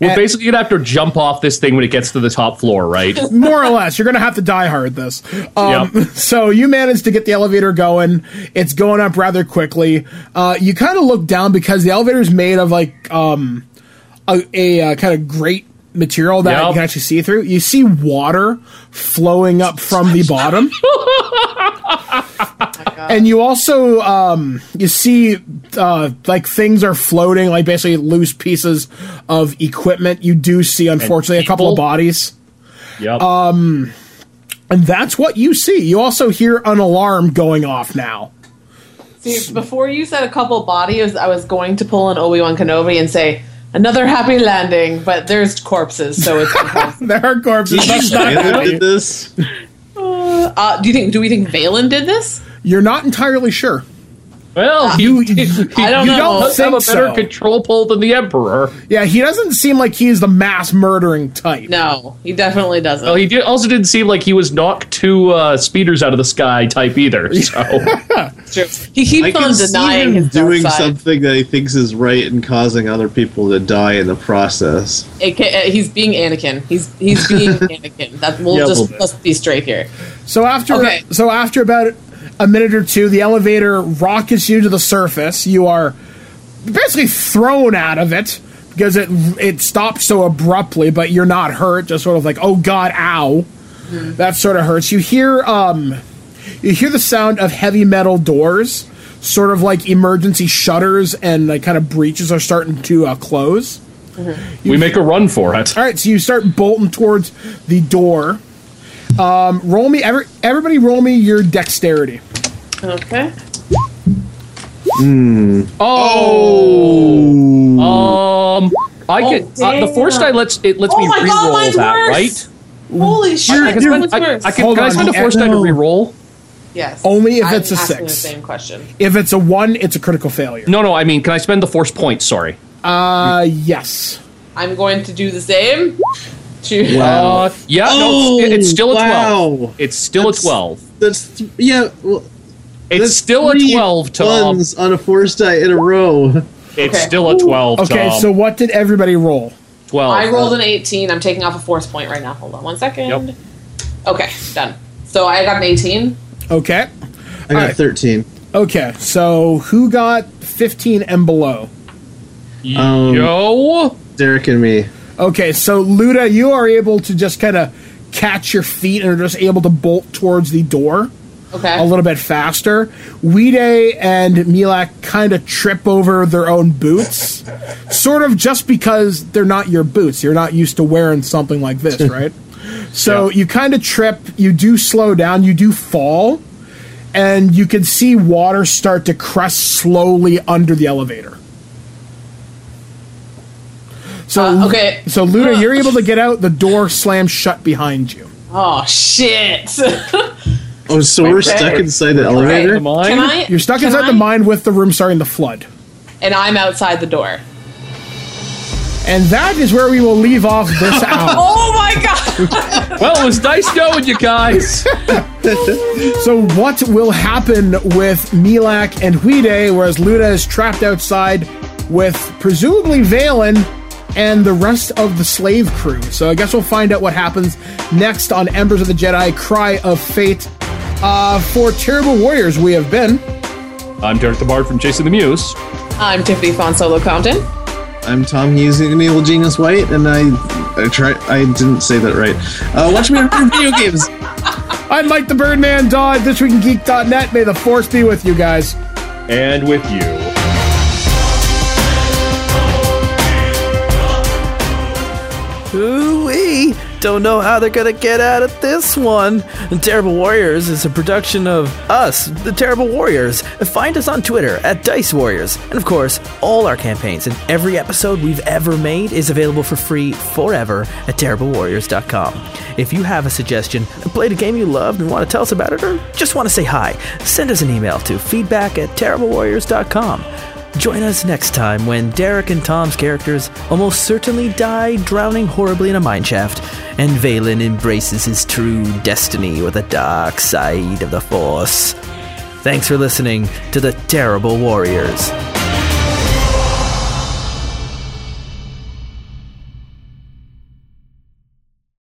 [SPEAKER 3] We're
[SPEAKER 2] And-
[SPEAKER 3] basically going to have to jump off this thing when it gets to the top floor, right?
[SPEAKER 2] more or less. You're going to have to die hard this. Um,
[SPEAKER 3] Yep.
[SPEAKER 2] So you manage to get the elevator going. It's going up rather quickly. Uh, you kind of look down because the elevator is made of like um, a, a, uh kind of great material that
[SPEAKER 3] Yep.
[SPEAKER 2] you can actually see through. You see water flowing up from the bottom. And you also um, you see uh, like things are floating, like basically loose pieces of equipment. You do see, unfortunately, a couple of
[SPEAKER 3] people.
[SPEAKER 2] bodies.
[SPEAKER 3] Yep.
[SPEAKER 2] Uh, And that's what you see. You also hear an alarm going off now.
[SPEAKER 4] See, before you said a couple bodies, I was going to pull an Obi Wan Kenobi and say another happy landing, but there's corpses, so it's. impossible.
[SPEAKER 2] There are corpses. That's not
[SPEAKER 5] Taylor
[SPEAKER 2] happening.
[SPEAKER 5] did this?
[SPEAKER 4] uh, do you think? Do we think Valen did this?
[SPEAKER 2] You're not entirely sure.
[SPEAKER 3] Well,
[SPEAKER 2] You-
[SPEAKER 3] you, he, he-
[SPEAKER 4] I don't
[SPEAKER 3] you
[SPEAKER 4] know.
[SPEAKER 3] don't have a
[SPEAKER 2] Think
[SPEAKER 3] better
[SPEAKER 2] so.
[SPEAKER 3] control pole than the Emperor.
[SPEAKER 2] Yeah, he doesn't seem like he's the mass murdering type.
[SPEAKER 4] No, he definitely doesn't.
[SPEAKER 3] Well, Oh, he did, also didn't seem like he was knocked two uh, speeders out of the sky type either. So
[SPEAKER 4] It's true. He keeps on denying his dark
[SPEAKER 5] doing
[SPEAKER 4] side.
[SPEAKER 5] something that he thinks is right and causing other people to die in the process.
[SPEAKER 4] It ca- uh, he's being Anakin. He's he's being Anakin. That we'll
[SPEAKER 5] Yeah, a
[SPEAKER 4] just
[SPEAKER 5] little bit.
[SPEAKER 4] let's be straight here.
[SPEAKER 2] So after
[SPEAKER 4] Okay.
[SPEAKER 2] so after about a minute or two, the elevator rockets you to the surface. You are basically thrown out of it because it it stopped so abruptly, but you're not hurt. Just sort of like, oh god, ow, that sort of hurts. You hear um, you hear the sound of heavy metal doors, sort of like emergency shutters and like kind of breaches are starting to uh, close.
[SPEAKER 3] we make a run for it.
[SPEAKER 2] All right, so you start bolting towards the door. Um, roll me, every, everybody, roll me your dexterity.
[SPEAKER 4] Okay.
[SPEAKER 3] Um, I
[SPEAKER 4] Oh,
[SPEAKER 3] could uh, the
[SPEAKER 4] damn.
[SPEAKER 3] force die lets it lets
[SPEAKER 4] Oh
[SPEAKER 3] me
[SPEAKER 4] my
[SPEAKER 3] reroll
[SPEAKER 4] God, mine's
[SPEAKER 3] that
[SPEAKER 4] worse.
[SPEAKER 3] right.
[SPEAKER 4] Holy shit!
[SPEAKER 3] I can, spend,
[SPEAKER 4] What's
[SPEAKER 3] I,
[SPEAKER 4] worse?
[SPEAKER 3] I can,
[SPEAKER 2] Hold
[SPEAKER 3] can I
[SPEAKER 2] on,
[SPEAKER 3] spend a
[SPEAKER 2] the-
[SPEAKER 3] force die to
[SPEAKER 2] no.
[SPEAKER 3] reroll?
[SPEAKER 4] yes.
[SPEAKER 2] Only if
[SPEAKER 4] I'm
[SPEAKER 2] it's a
[SPEAKER 4] asking
[SPEAKER 2] six.
[SPEAKER 4] The same question.
[SPEAKER 2] If it's a one, it's a critical failure.
[SPEAKER 3] No, no. I mean, can I spend the force point? Sorry.
[SPEAKER 2] Uh, yes.
[SPEAKER 4] I'm going to do the same. To
[SPEAKER 3] Uh, yeah, no, it's, it's still a twelve.
[SPEAKER 5] Oh, wow.
[SPEAKER 3] It's still
[SPEAKER 5] That's-
[SPEAKER 3] a twelve.
[SPEAKER 5] That's th- yeah. Well,
[SPEAKER 3] It's
[SPEAKER 5] that's
[SPEAKER 3] still a
[SPEAKER 5] three
[SPEAKER 3] twelve, Tom.
[SPEAKER 5] ones on a force die in a row.
[SPEAKER 3] It's
[SPEAKER 4] Okay.
[SPEAKER 3] still a twelve,
[SPEAKER 2] Okay,
[SPEAKER 3] Tom.
[SPEAKER 2] so what did everybody roll?
[SPEAKER 3] twelve.
[SPEAKER 4] I rolled an 18. I'm taking off a force point right now. Hold on one second.
[SPEAKER 3] Yep.
[SPEAKER 4] Okay, done. So I got an 18.
[SPEAKER 2] Okay,
[SPEAKER 5] I got
[SPEAKER 2] Alright.
[SPEAKER 5] thirteen.
[SPEAKER 2] okay. So who got fifteen and below?
[SPEAKER 5] Um,
[SPEAKER 3] Yo.
[SPEAKER 5] Derek and me.
[SPEAKER 2] Okay, so Luda, you are able to just kind of catch your feet and are just able to bolt towards the door.
[SPEAKER 4] Okay.
[SPEAKER 2] a little bit faster. Weede and Milak kind of trip over their own boots, sort of just because they're not your boots. You're not used to wearing something like this, right? So you kind of trip, you do slow down, you do fall, and you can see water start to crest slowly under the elevator. So
[SPEAKER 4] Uh, okay.
[SPEAKER 2] so Luna, you're able to get out. The door slams shut behind you.
[SPEAKER 4] oh, shit.
[SPEAKER 5] Oh, so we're stuck inside the elevator.
[SPEAKER 3] Am I?
[SPEAKER 4] Can I?
[SPEAKER 2] You're stuck
[SPEAKER 4] can
[SPEAKER 2] inside
[SPEAKER 4] I-
[SPEAKER 2] the mine with the room starting to flood.
[SPEAKER 4] And I'm outside the door.
[SPEAKER 2] And that is where we will leave off this hour.
[SPEAKER 4] Oh my god!
[SPEAKER 3] Well, it was nice knowing you guys.
[SPEAKER 2] so, what will happen with Milak and Huide, whereas Luda is trapped outside with presumably Valen and the rest of the slave crew? So, I guess we'll find out what happens next on Embers of the Jedi Cry of Fate. Uh, for Terrible Warriors, we have been.
[SPEAKER 3] I'm Derek the Bard from Chasing the Muse.
[SPEAKER 4] I'm Tiffany Fonsolo Compton.
[SPEAKER 5] I'm Tom Hughes, and Neil Genius White, and I, I try. I didn't say that right. Uh, watch me review video games.
[SPEAKER 2] I'm Mike the Birdman Dodd, this week in geek.net. May the force be with you guys.
[SPEAKER 3] And with you.
[SPEAKER 1] Ooh-wee. Don't know how they're gonna get out of this one. The Terrible Warriors is a production of us, the Terrible Warriors. Find us on Twitter at Dice Warriors. And of course, all our campaigns and every episode we've ever made is available for free forever at terriblewarriors.com. If you have a suggestion, played a game you loved and want to tell us about it, or just want to say hi, send us an email to feedback at terriblewarriors.com. Join us next time when Derek and Tom's characters almost certainly die drowning horribly in a mineshaft, and Valen embraces his true destiny with the dark side of the Force. Thanks for listening to The Terrible Warriors.